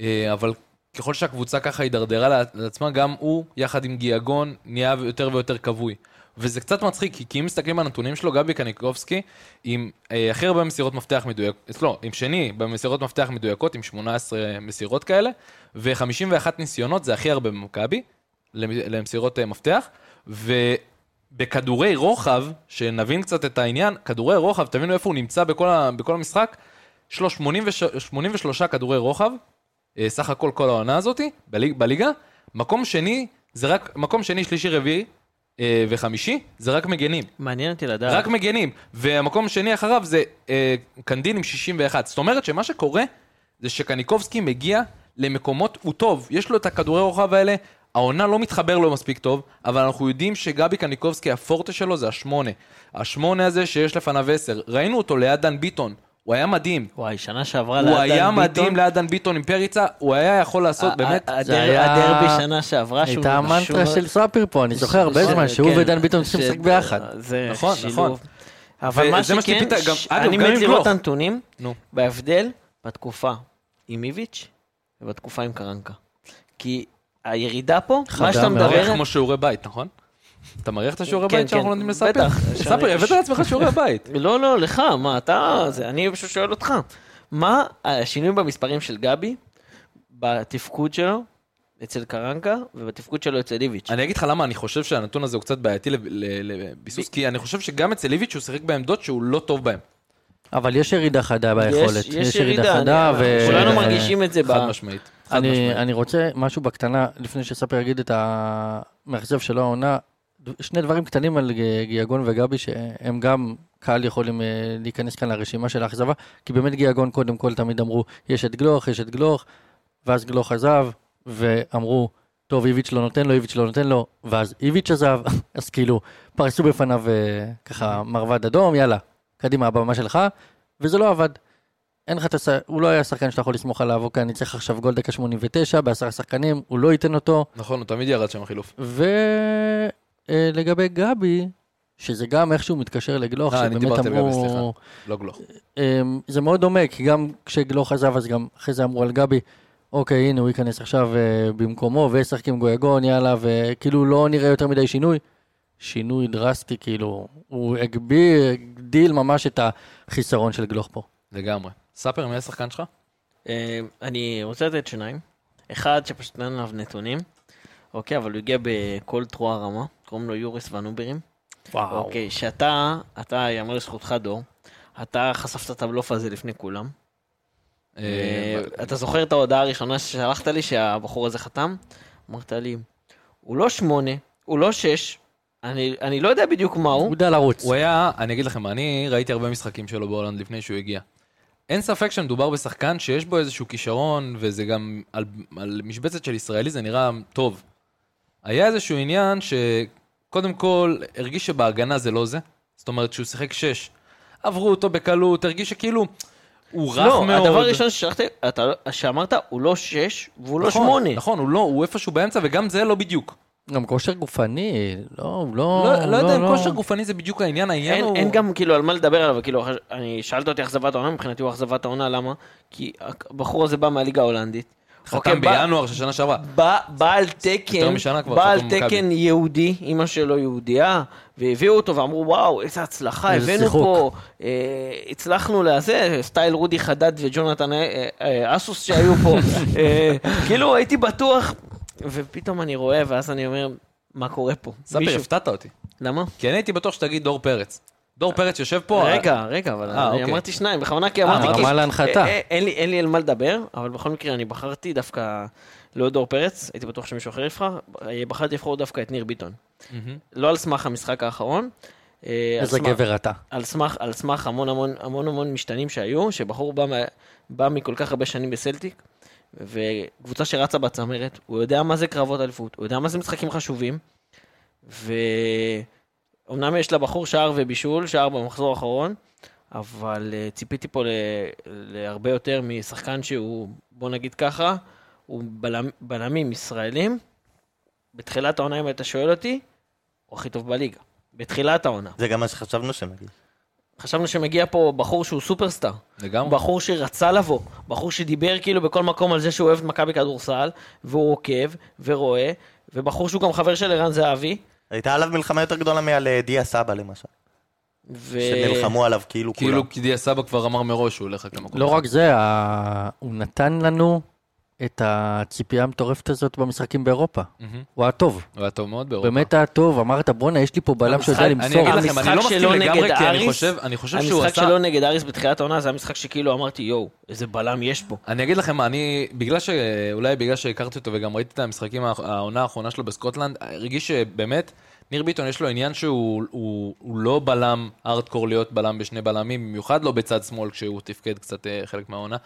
S1: אה, אבל ככל שהקבוצה ככה הידרדרה לע- לעצמה, גם הוא, יחד עם גיאגון, נהיה יותר ויותר כבוי. וזה קצת מצחיק, כי כי אם מסתכלים על הנתונים שלו, גבי קניקובסקי, עם אה, הכי הרבה מסירות מפתח מדויקות, לא, עם שני במסירות מפתח מדויקות, עם 18 מסירות כאלה, ו-51 ניסיונות, זה הכי הרבה במכבי, למ- למסירות אה, מפתח, ובכדורי רוחב, שנבין קצת את העניין, כדורי רוחב, תבינו איפה הוא נמצא בכל, ה- בכל המשחק, יש לו 83 83 כדורי רוחב, אה, סך הכל כל העונה הזאתי, בליג, בליגה. מקום שני, זה רק, מקום שני, שלישי, רביעי אה, וחמישי, זה רק מגנים.
S7: מעניין אותי לדעת.
S1: רק מגנים. והמקום שני אחריו זה אה, קנדין עם 61. זאת אומרת שמה שקורה זה שקניקובסקי מגיע למקומות, הוא טוב, יש לו את הכדורי רוחב האלה, העונה לא מתחבר לו מספיק טוב, אבל אנחנו יודעים שגבי קניקובסקי, הפורטה שלו זה השמונה. השמונה הזה שיש לפניו עשר. ראינו אותו ליד דן ביטון, הוא היה מדהים.
S7: וואי, שנה שעברה
S1: הוא
S7: לאדם
S1: היה
S7: ביטון.
S1: מדהים ליד דן ביטון עם פריצה, הוא היה יכול לעשות,
S7: ה-
S1: באמת.
S7: ה-
S2: זה
S7: הדר-
S2: היה-
S7: הדרבי שנה שעברה, שהוא...
S2: הייתה המנטרה
S7: שהוא-
S2: של סאפיר פה, אני זוכר הרבה
S7: ש-
S2: זמן שהוא
S7: כן,
S2: ודן ביטון צריכים
S7: ש-
S2: לשחק ביחד.
S7: זה
S1: נכון,
S7: שילוב.
S1: נכון.
S7: אבל מה
S1: וזה מה
S7: שכן,
S1: שציפית, גם-
S7: ש-
S1: אגב,
S7: אני
S1: גם
S7: מת
S1: עם
S7: לראות
S1: גלוך.
S7: את הנתונים,
S1: נו.
S7: בהבדל בתקופה עם איביץ' ובתקופה עם קרנקה. כי הירידה פה, מה
S2: חדה
S7: שאתה
S2: מאוד.
S1: מריח
S7: מדבר...
S1: כמו שיעורי בית, נכון? אתה מריח את השיעורי
S7: כן,
S1: בית שאנחנו
S7: כן,
S1: לומדים לספיר?
S7: בטח.
S1: ספיר, הבאת לעצמך שיעורי בית.
S7: לא, לא, לך, מה אתה... זה, אני פשוט שואל אותך. מה השינוי במספרים של גבי, בתפקוד שלו אצל קרנקה ובתפקוד שלו אצל איביץ'?
S1: אני אגיד לך למה אני חושב שהנתון הזה הוא קצת בעייתי לב- ל- לביסוס, כי אני חושב שגם אצל איביץ' הוא שיחק בעמדות שהוא לא טוב בהן.
S2: אבל יש ירידה חדה ביכולת. יש ירידה
S7: אני-
S2: חדה ו...
S7: כולנו מרגישים את זה. ב-
S1: חד משמעית. חד
S2: אני,
S1: משמעית.
S2: אני רוצה משהו בקטנה, לפני שספר יגיד את המאכזב שלו העונה, ד- שני דברים קטנים על ג- גיאגון וגבי, שהם גם קהל יכולים אה, להיכנס כאן לרשימה של האכזבה, כי באמת גיאגון קודם כל תמיד אמרו, יש את גלוך, יש את גלוך, ואז גלוך עזב, ואמרו, טוב, איביץ' לא נותן לו, איביץ' לא נותן לו, ואז איביץ' עזב, אז כאילו, פרסו בפניו אה, ככה מרבד אדום, יאללה, קדימה, הבמה שלך, וזה לא עבד. אין לך את הש... הוא לא היה שחקן שאתה יכול לסמוך עליו, אוקיי, אני צריך עכשיו גול דקה 89 בעשרה שחקנים, הוא לא ייתן אותו.
S1: נכון, הוא תמיד ירד שם החילוף.
S2: ולגבי אה, גבי, שזה גם איכשהו מתקשר
S7: לא,
S2: לגלוך,
S1: אה, אני
S2: שבאמת
S1: דיברתי על גבי,
S2: אמרו...
S1: לא גלוך.
S2: אמ, זה מאוד דומה, כי גם כשגלוך עזב, אז גם אחרי זה אמרו על גבי, אוקיי, הנה, הוא ייכנס עכשיו אה, במקומו, וישחק עם גויגון, יאללה, וכאילו לא נראה יותר מדי שינוי. שינוי דרסטי, כאילו, הוא הגביר, הגדיל ממש את החיסרון של גלוך פה.
S1: לגמרי. ספר, מי השחקן שלך?
S7: אה, אני רוצה לתת שניים. אחד שפשוט נתן עליו נתונים, אוקיי, אבל הוא הגיע בכל תרועה רמה, קוראים לו יוריס ונוברים.
S2: וואו.
S7: אוקיי, שאתה, אתה, יאמר לזכותך דור, אתה חשפת את הבלוף הזה לפני כולם.
S1: אה,
S7: אה, אתה זוכר את ההודעה הראשונה ששלחת לי שהבחור הזה חתם? אמרת לי, הוא לא שמונה, הוא לא שש, אני אני לא יודע בדיוק מה
S2: הוא
S7: הוא.
S2: יודע לרוץ.
S1: הוא היה, אני אגיד לכם, אני ראיתי הרבה משחקים שלו בהולנד לפני שהוא הגיע. אין ספק שמדובר בשחקן שיש בו איזשהו כישרון, וזה גם על, על משבצת של ישראלי, זה נראה טוב. היה איזשהו עניין שקודם כל הרגיש שבהגנה זה לא זה. זאת אומרת, שהוא שיחק שש. עברו אותו בקלות, הרגיש שכאילו, הוא רך
S7: לא,
S1: מאוד.
S7: הדבר הראשון ששלחתי, אתה לא- שאמרת, הוא לא שש והוא לא
S1: נכון,
S7: שמונה.
S1: נכון, הוא לא, הוא איפשהו באמצע, וגם זה לא בדיוק.
S2: גם כושר גופני, לא, הוא לא...
S1: לא, לא יודע אם
S2: לא.
S1: כושר גופני זה בדיוק העניין, העניין
S7: אין,
S1: הוא...
S7: אין גם כאילו על מה לדבר עליו, כאילו, אחרי ש- אני שאלת אותי אכזבת העונה, מבחינתי הוא אכזבת העונה, למה? כי הבחור הזה בא מהליגה ההולנדית. אוקיי,
S1: חתם
S7: בא-
S1: בינואר של שנה שעברה.
S7: בא, בא על תקן,
S1: משנה כבר,
S7: בא על
S1: חתום
S7: תקן
S1: מכבי.
S7: יהודי, אימא שלו יהודייה, והביאו אותו ואמרו וואו איזה הצלחה,
S2: איזה
S7: הבאנו
S2: שיחוק."
S7: פה, אה, הצלחנו לזה, סטייל רודי חדד וג'ונתן אה, אה, אסוס שהיו פה, אה, כאילו הייתי בטוח, ופתאום אני רואה ואז אני אומר, מה קורה פה?
S1: ספיר,
S7: מישהו-
S1: הפתעת אותי.
S7: למה?
S1: כי אני הייתי בטוח שתגיד דור פרץ.
S2: אה,
S1: דור פרץ יושב פה...
S7: רגע, רגע, אבל
S1: אה,
S7: אני
S1: אוקיי.
S7: אמרתי שניים, בכוונה כי אמרתי...
S2: ברמה
S7: כי-
S2: להנחתה.
S7: אה, אה, אין לי- אין לי על מה לדבר, אבל בכל מקרה אני בחרתי דווקא לא את דור פרץ, הייתי בטוח שמישהו אחר יבחר, אה, בחרתי לבחור דווקא את ניר ביטון. לא על סמך המשחק האחרון. אה, על
S2: איזה
S7: סמך-
S2: גבר אתה.
S7: על סמך, על סמך המון המון המון המון משתנים שהיו, שבחור בא, מה- בא מכל כך הרבה שנים בסלטיק, וקבוצה שרצה בצמרת, הוא יודע מה זה קרבות אליפות, הוא יודע מה זה משחקים חשובים, ואומנם יש לבחור שער ובישול, שער במחזור האחרון, אבל אה, ציפיתי פה ל... להרבה יותר משחקן שהוא, בוא נגיד ככה, הוא בלמ... בלמים ישראלים. בתחילת העונה, אם היית שואל אותי, הוא הכי טוב בליגה. בתחילת העונה.
S6: זה גם מה שחשבנו שנגיד.
S7: חשבנו שמגיע פה בחור שהוא סופרסטאר.
S1: אה, לגמרי.
S7: בחור שרצה לבוא, בחור שדיבר כאילו בכל מקום על זה שהוא אוהב את מכבי כדורסל, והוא עוקב ורואה, ובחור שהוא גם חבר של ערן זהבי.
S6: הייתה עליו מלחמה יותר גדולה מעל אה, דיה סבא למשל.
S7: ו...
S6: שנלחמו עליו כאילו כולם.
S1: כאילו דיה סבא כבר אמר מראש שהוא הולך רק למקום.
S2: לא
S1: אחר.
S2: רק זה, ה- הוא נתן לנו את הציפייה המטורפת הזאת במשחקים באירופה.
S1: מהמם.
S2: הוא היה טוב,
S1: הוא היה טוב מאוד באירופה.
S2: באמת היה טוב. אמרת, בואנה, יש לי פה בלם שיודע
S1: אה, אני
S2: למסור.
S1: אגיד לכם, אני לא
S7: המשחק
S1: מסכים
S7: שלו
S1: לגמרי,
S7: נגד
S1: כי אני
S7: אריס,
S1: חושב- אני חושב שהוא
S7: המשחק
S1: עשה...
S7: שלו נגד אריס בתחילת העונה זה המשחק שכאילו אמרתי יואו, איזה בלם יש פה.
S1: אני אגיד לכם מה, אני, בגלל ש... אולי בגלל שהכרתי אותו וגם ראיתי את המשחקים, האח- העונה האחרונה שלו בסקוטלנד, הרגיש שבאמת, ניר ביטון יש לו עניין שהוא הוא, הוא לא בלם ארדקור להיות בלם בשני בלמים, במיוחד לא בצד שמאל כשהוא תפקד קצת אה, חלק מהעונה.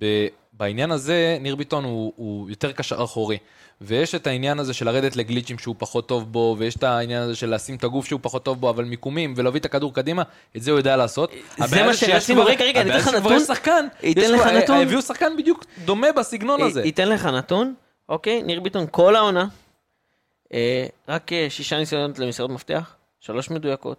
S1: ובעניין הזה, ניר ביטון הוא, הוא יותר קשר אחורי. ויש את העניין הזה של לרדת לגליצ'ים שהוא פחות טוב בו, ויש את העניין הזה של לשים את הגוף שהוא פחות טוב בו, אבל מיקומים, ולהביא את הכדור קדימה, את זה הוא יודע לעשות. הבעיה
S7: מה
S1: שיש
S7: שרצינו,
S1: כבר-
S7: רגע, רגע, אני אתן לך
S1: הבעיה שכבר
S7: נתון.
S1: יש שחקן,
S7: אתן
S1: יש
S7: לך
S1: כבר-
S7: נתון. אה,
S1: הביאו שחקן בדיוק דומה בסגנון הזה.
S7: אי- אתן לך נתון, אוקיי, ניר ביטון כל העונה, אה, רק אה, שישה ניסיונות למסירות מפתח, שלוש מדויקות,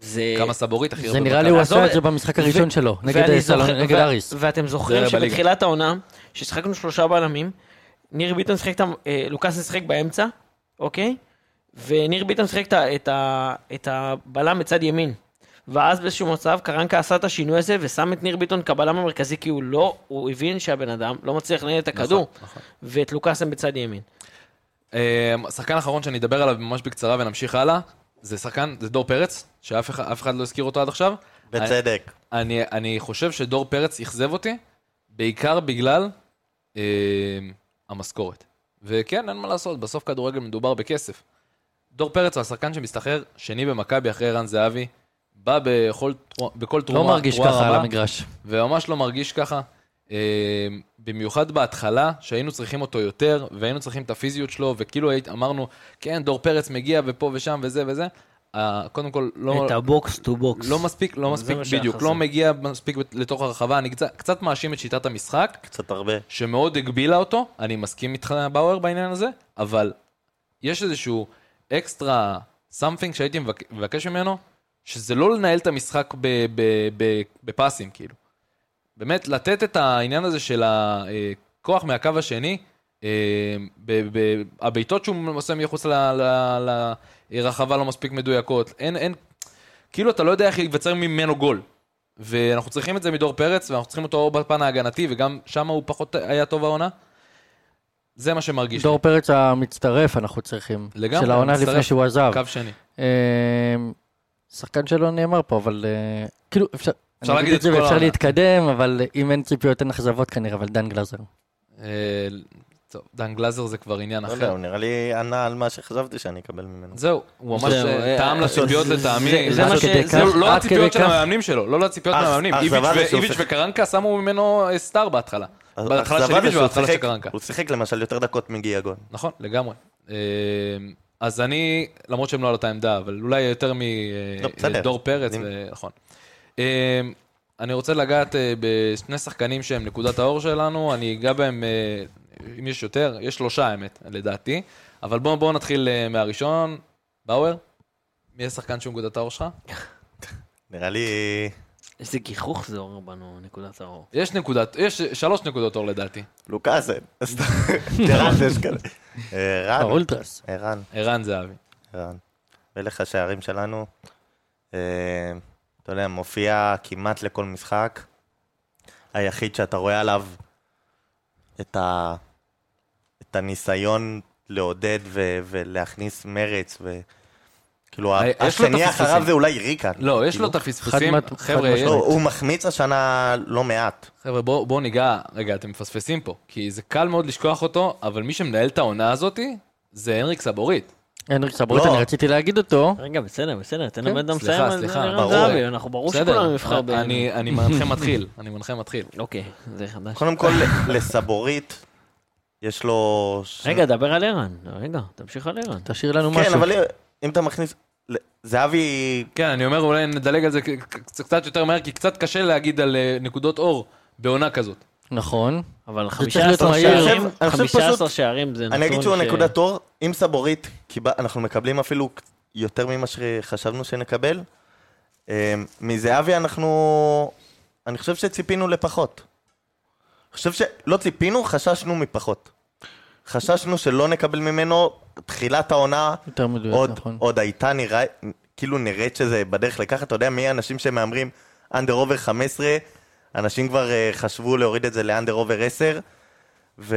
S7: זה...
S1: כמה סבורית הכי
S2: זה
S1: הרבה
S2: נראה לי
S1: בקו.
S2: הוא
S7: עזוב,
S2: עשה את זה במשחק הראשון שלו, נגד אה,
S7: ואני
S2: סלון-
S7: זוכר-
S2: נגד
S7: ו-
S2: אריס.
S7: ואתם זוכרים
S1: זה בליגה.
S7: שבתחילת העונה, ששיחקנו שלושה בלמים, ניר ביטון שיחק את ה... אה, לוקאסן שיחק באמצע, אוקיי? וניר ביטון שיחק את ה- את ה- את הבלם מצד ימין. ואז באיזשהו מצב קרנקה עשה את השינוי הזה ושם את ניר ביטון כבלם המרכזי כי הוא לא, הוא הבין שהבן אדם לא מצליח לנהל את
S1: נכון.
S7: הכדור ואת לוקאסן בצד ימין.
S1: אמ, שחקן אחרון שאני אדבר עליו ממש בקצרה ונמשיך הלאה, זה שחקן, זה דור פרץ, שאף אחד, אף אחד לא הזכיר אותו עד עכשיו. אה,
S6: בצדק.
S1: אני, אני חושב שדור פרץ אכזב אותי, בעיקר בגלל אמ, המשכורת. וכן, אין מה לעשות, בסוף כדורגל מדובר בכסף. דור פרץ הוא השחקן שמסתחרר שני במכבי אחרי ערן זהבי, בא בכל, תרו- בכל תרומה,
S2: לא מרגיש
S1: תרועה
S2: ככה על
S1: רבה.
S2: המגרש.
S1: וממש לא מרגיש ככה. אה, במיוחד בהתחלה, שהיינו צריכים אותו יותר, והיינו צריכים את הפיזיות שלו, וכאילו היית- אמרנו, כן, דור פרץ מגיע, ופה ושם, וזה וזה. אה, קודם כל, לא,
S8: את הבוקס טו בוקס.
S1: לא מספיק, לא
S7: זה
S1: מספיק,
S7: מה שהיה
S1: בדיוק,
S7: חסר.
S1: לא מגיע מספיק בת- לתוך הרחבה. אני קצת, קצת מאשים את שיטת המשחק,
S6: קצת הרבה. לא,
S1: שמאוד הגבילה אותו, אני מסכים איתך, באואר, בעניין הזה, אבל יש איזשהו אקסטרה סאמפינג שהייתי מבק- מבקש ממנו, שזה לא לנהל את המשחק ב- ב- ב- בפסים, כאילו. באמת, לתת את העניין הזה של הכוח מהקו השני, אה, ב- ב- הבעיטות שהוא עושה מחוץ ל- ל- לרחבה לא מספיק מדויקות, אין, אין, כאילו אתה לא יודע איך ייווצר ממנו גול. ואנחנו צריכים את זה מדור פרץ, ואנחנו צריכים אותו בפן ההגנתי, וגם שם הוא פחות היה טוב העונה. זה מה שמרגיש
S2: דור פרץ המצטרף אנחנו צריכים.
S1: לגמרי,
S2: של העונה
S1: המצטרף.
S2: לפני שהוא
S1: לי.
S2: עזב.
S1: קו שני.
S2: אמ, שחקן שלא נאמר פה, אבל אה, כאילו אפשר...
S1: אפשר
S2: אני
S1: להגיד
S2: אגיד
S1: את
S2: את זה
S1: כל
S2: ואפשר
S1: העונה.
S2: להתקדם, אבל אם אין ציפיות אין אכזבות כנראה, אבל דן גלזר.
S1: אה, טוב, דן גלזר זה כבר עניין
S6: לא יודע,
S1: אחר.
S6: הוא נראה לי ענה על מה שחשבתי שאני אקבל ממנו.
S1: זהו, הוא ממש
S7: זהו,
S1: אה,
S7: אה,
S1: טעם
S7: אה,
S1: לציפיות
S7: זה-
S1: לטעמי.
S7: זה
S2: עד
S7: מה אה, ש-
S2: כדי
S7: זהו,
S2: כך-
S1: לא
S2: עד כדי
S1: לציפיות של
S2: כך.
S1: המאמנים שלו, לא לציפיות של
S6: אך-
S1: המאמנים.
S6: אכזבה
S1: איביץ'
S6: אה, זה
S1: ו-
S6: שהוא
S1: איביץ'
S6: שיחק.
S1: וקרנקה שמו ממנו אה, סטאר בהתחלה.
S6: אז-
S1: בהתחלה של
S6: אכזבה זה
S1: איביץ'
S6: אה, שהוא
S1: ובהתחלה של
S6: שיחק-
S1: קרנקה.
S6: הוא שיחק למשל יותר דקות מגיאגון.
S1: נכון, לגמרי. אה, אז אני, למרות שהם לא על אותה עמדה, אבל אולי יותר
S6: לא, בסדר.
S1: מדור פרץ,
S6: אני-
S1: ו- נכון. אה, אני רוצה לגעת אה, בשני שחקנים שהם נקודת האור שלנו, אני אגע בהם, אה, אם יש יותר, יש שלושה האמת, לדעתי, אבל בואו בוא נתחיל אה, מהראשון, באואר, מי השחקן שהוא נקודת האור שלך?
S6: נראה לי...
S7: איזה גיחוך זה עורר בנו, נקודת האור.
S1: יש נקודת, יש אה, שלוש נקודות אור לדעתי.
S6: לוקאסן. סתם. ערן, יש כזה.
S2: אה,
S1: אה,
S6: ערן.
S2: האולטרס.
S6: ערן.
S1: ערן זהבי.
S6: ערן. מלך השערים שלנו. אה, אתה יודע, מופיע כמעט לכל משחק. היחיד שאתה רואה עליו את, ה... את הניסיון לעודד ו... ולהכניס מרץ ו... כאילו,
S1: אה, יש לו את
S6: השני אחריו
S1: הפספוסים.
S6: זה אולי ריקן.
S1: לא, יש לו
S6: כאילו,
S1: את הפספוסים,
S2: חד מט-
S1: חבר'ה,
S2: חד
S6: לא,
S2: משמעית.
S6: הוא מחמיץ השנה לא מעט.
S1: חבר'ה, בואו בוא ניגע, רגע, אתם מפספסים פה, כי זה קל מאוד לשכוח אותו, אבל מי שמנהל את העונה הזאתי, זה הנריק סבורית.
S2: הנריק סבורית,
S6: לא.
S2: אני רציתי להגיד אותו.
S7: רגע, בסדר, בסדר, תן
S2: כן,
S7: לבן אדם
S1: סליחה,
S7: לסיים על
S1: סליחה,
S7: ערן
S6: ברור.
S7: זהבי, אנחנו ברור שכולנו נבחר
S1: אני- אני, אני מנחה מתחיל, אני מנחה מתחיל.
S7: אוקיי, זה חדש.
S6: קודם כל, לסבורית, יש לו... שני-
S7: רגע, דבר על ערן. רגע, תמשיך על ערן.
S2: תשאיר לנו
S6: כן,
S2: משהו.
S6: אבל אם אתה מכניס... זהבי
S1: כן, אני אומר, אולי נדלג על זה ק- ק- קצת יותר מהר, כי קצת קשה להגיד על אה, נקודות אור בעונה כזאת.
S2: נכון.
S7: אבל
S2: צריך להיות
S7: 15
S2: מהיר.
S7: שערים,
S6: אני חושב- אני חושב
S7: 15
S6: פשוט-
S7: שערים זה נתון
S6: אני אגיד שהוא
S7: ש-
S6: נקודת אור, עם סבורית, קיבל- אנחנו מקבלים אפילו ק- יותר ממה שחשבנו שנקבל. אה, מזהבי אנחנו... אני חושב שציפינו לפחות. אני חושב שלא ציפינו, חששנו מפחות. חששנו שלא נקבל ממנו תחילת העונה,
S2: יותר מדויק,
S6: עוד,
S2: נכון.
S6: עוד הייתה נראה, כאילו נראית שזה בדרך לככה, אתה יודע מי האנשים שמהמרים אנדר אובר 15, אנשים כבר אה, חשבו להוריד את זה לאנדר אובר 10, ו...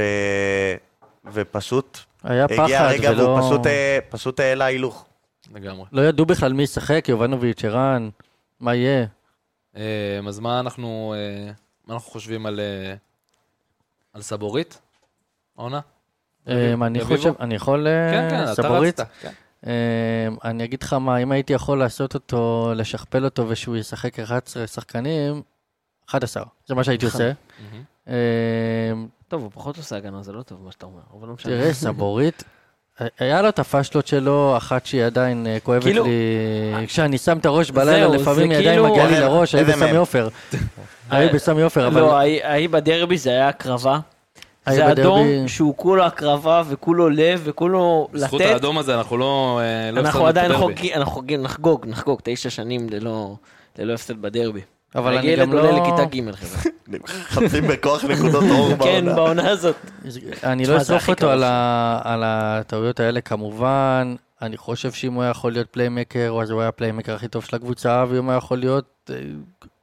S6: ופשוט
S2: היה
S6: הגיע
S2: פחד
S6: הרגע
S2: ולא...
S6: והוא פשוט, אה, פשוט העלה הילוך.
S1: לגמרי.
S2: לא ידעו בכלל מי ישחק, יובנוביץ', ערן, מה יהיה.
S1: אה, אז מה אנחנו, אה, מה אנחנו חושבים על, אה, על סבורית? העונה?
S2: אה,
S1: רביבו?
S2: אני חושב, אני יכול... אה,
S1: כן, כן, אתה
S2: סבורית?
S1: רצת. כן.
S2: אמ, אני אגיד לך מה, אם הייתי יכול לעשות אותו, לשכפל אותו ושהוא ישחק 11 שחקנים, 11, זה מה שהייתי עושה.
S1: מהמם.
S2: אמ,
S7: טוב, הוא פחות עושה הגנה, זה לא טוב מה שאתה אומר, אבל לא משנה.
S2: תראה, סבורית, היה לו את הפשלות שלו, אחת שהיא עדיין אה, כואבת
S7: כאילו-
S2: לי, כשאני שם את הראש בלילה,
S7: זהו,
S2: לפעמים
S7: זה
S2: היא עדיין
S7: כאילו-
S2: מגיעה לי
S6: איזה-
S2: לראש, ההיא
S6: איזה
S2: בסמי
S6: מהם?
S2: עופר. ההיא בסמי עופר,
S7: לא,
S2: אבל
S7: ההיא- ההיא בדרבי זה היה הקרבה. זה
S2: היה
S7: אדום
S2: בדרבי-
S7: שהוא כולו הקרבה וכולו לב וכולו
S1: בזכות
S7: לתת.
S1: האדום הזה אנחנו לא... אה, לא
S7: אנחנו
S1: הפסדנו את
S7: עדיין
S1: הדרבי.
S7: חוגגים, אנחנו חוגגים, נחגוג, נחגוג תשע שנים ללא ללא הפסד בדרבי.
S2: אבל אני
S7: הילד
S2: גם
S7: עולה
S2: לא-
S7: לכיתה ג' חבר'ה.
S6: מחפשים בכוח נקודות אור
S7: כן,
S6: בעונה.
S7: בעונה הזאת.
S2: אני
S7: תשמע,
S2: לא
S7: זה
S2: אשרוף
S7: הכי
S2: אותו
S7: קרוב.
S2: על ה- על הטעויות האלה כמובן. אני חושב שאם הוא היה יכול להיות פליימקר, אז הוא היה הפליימקר הכי טוב של הקבוצה, ואם הוא היה יכול להיות אה,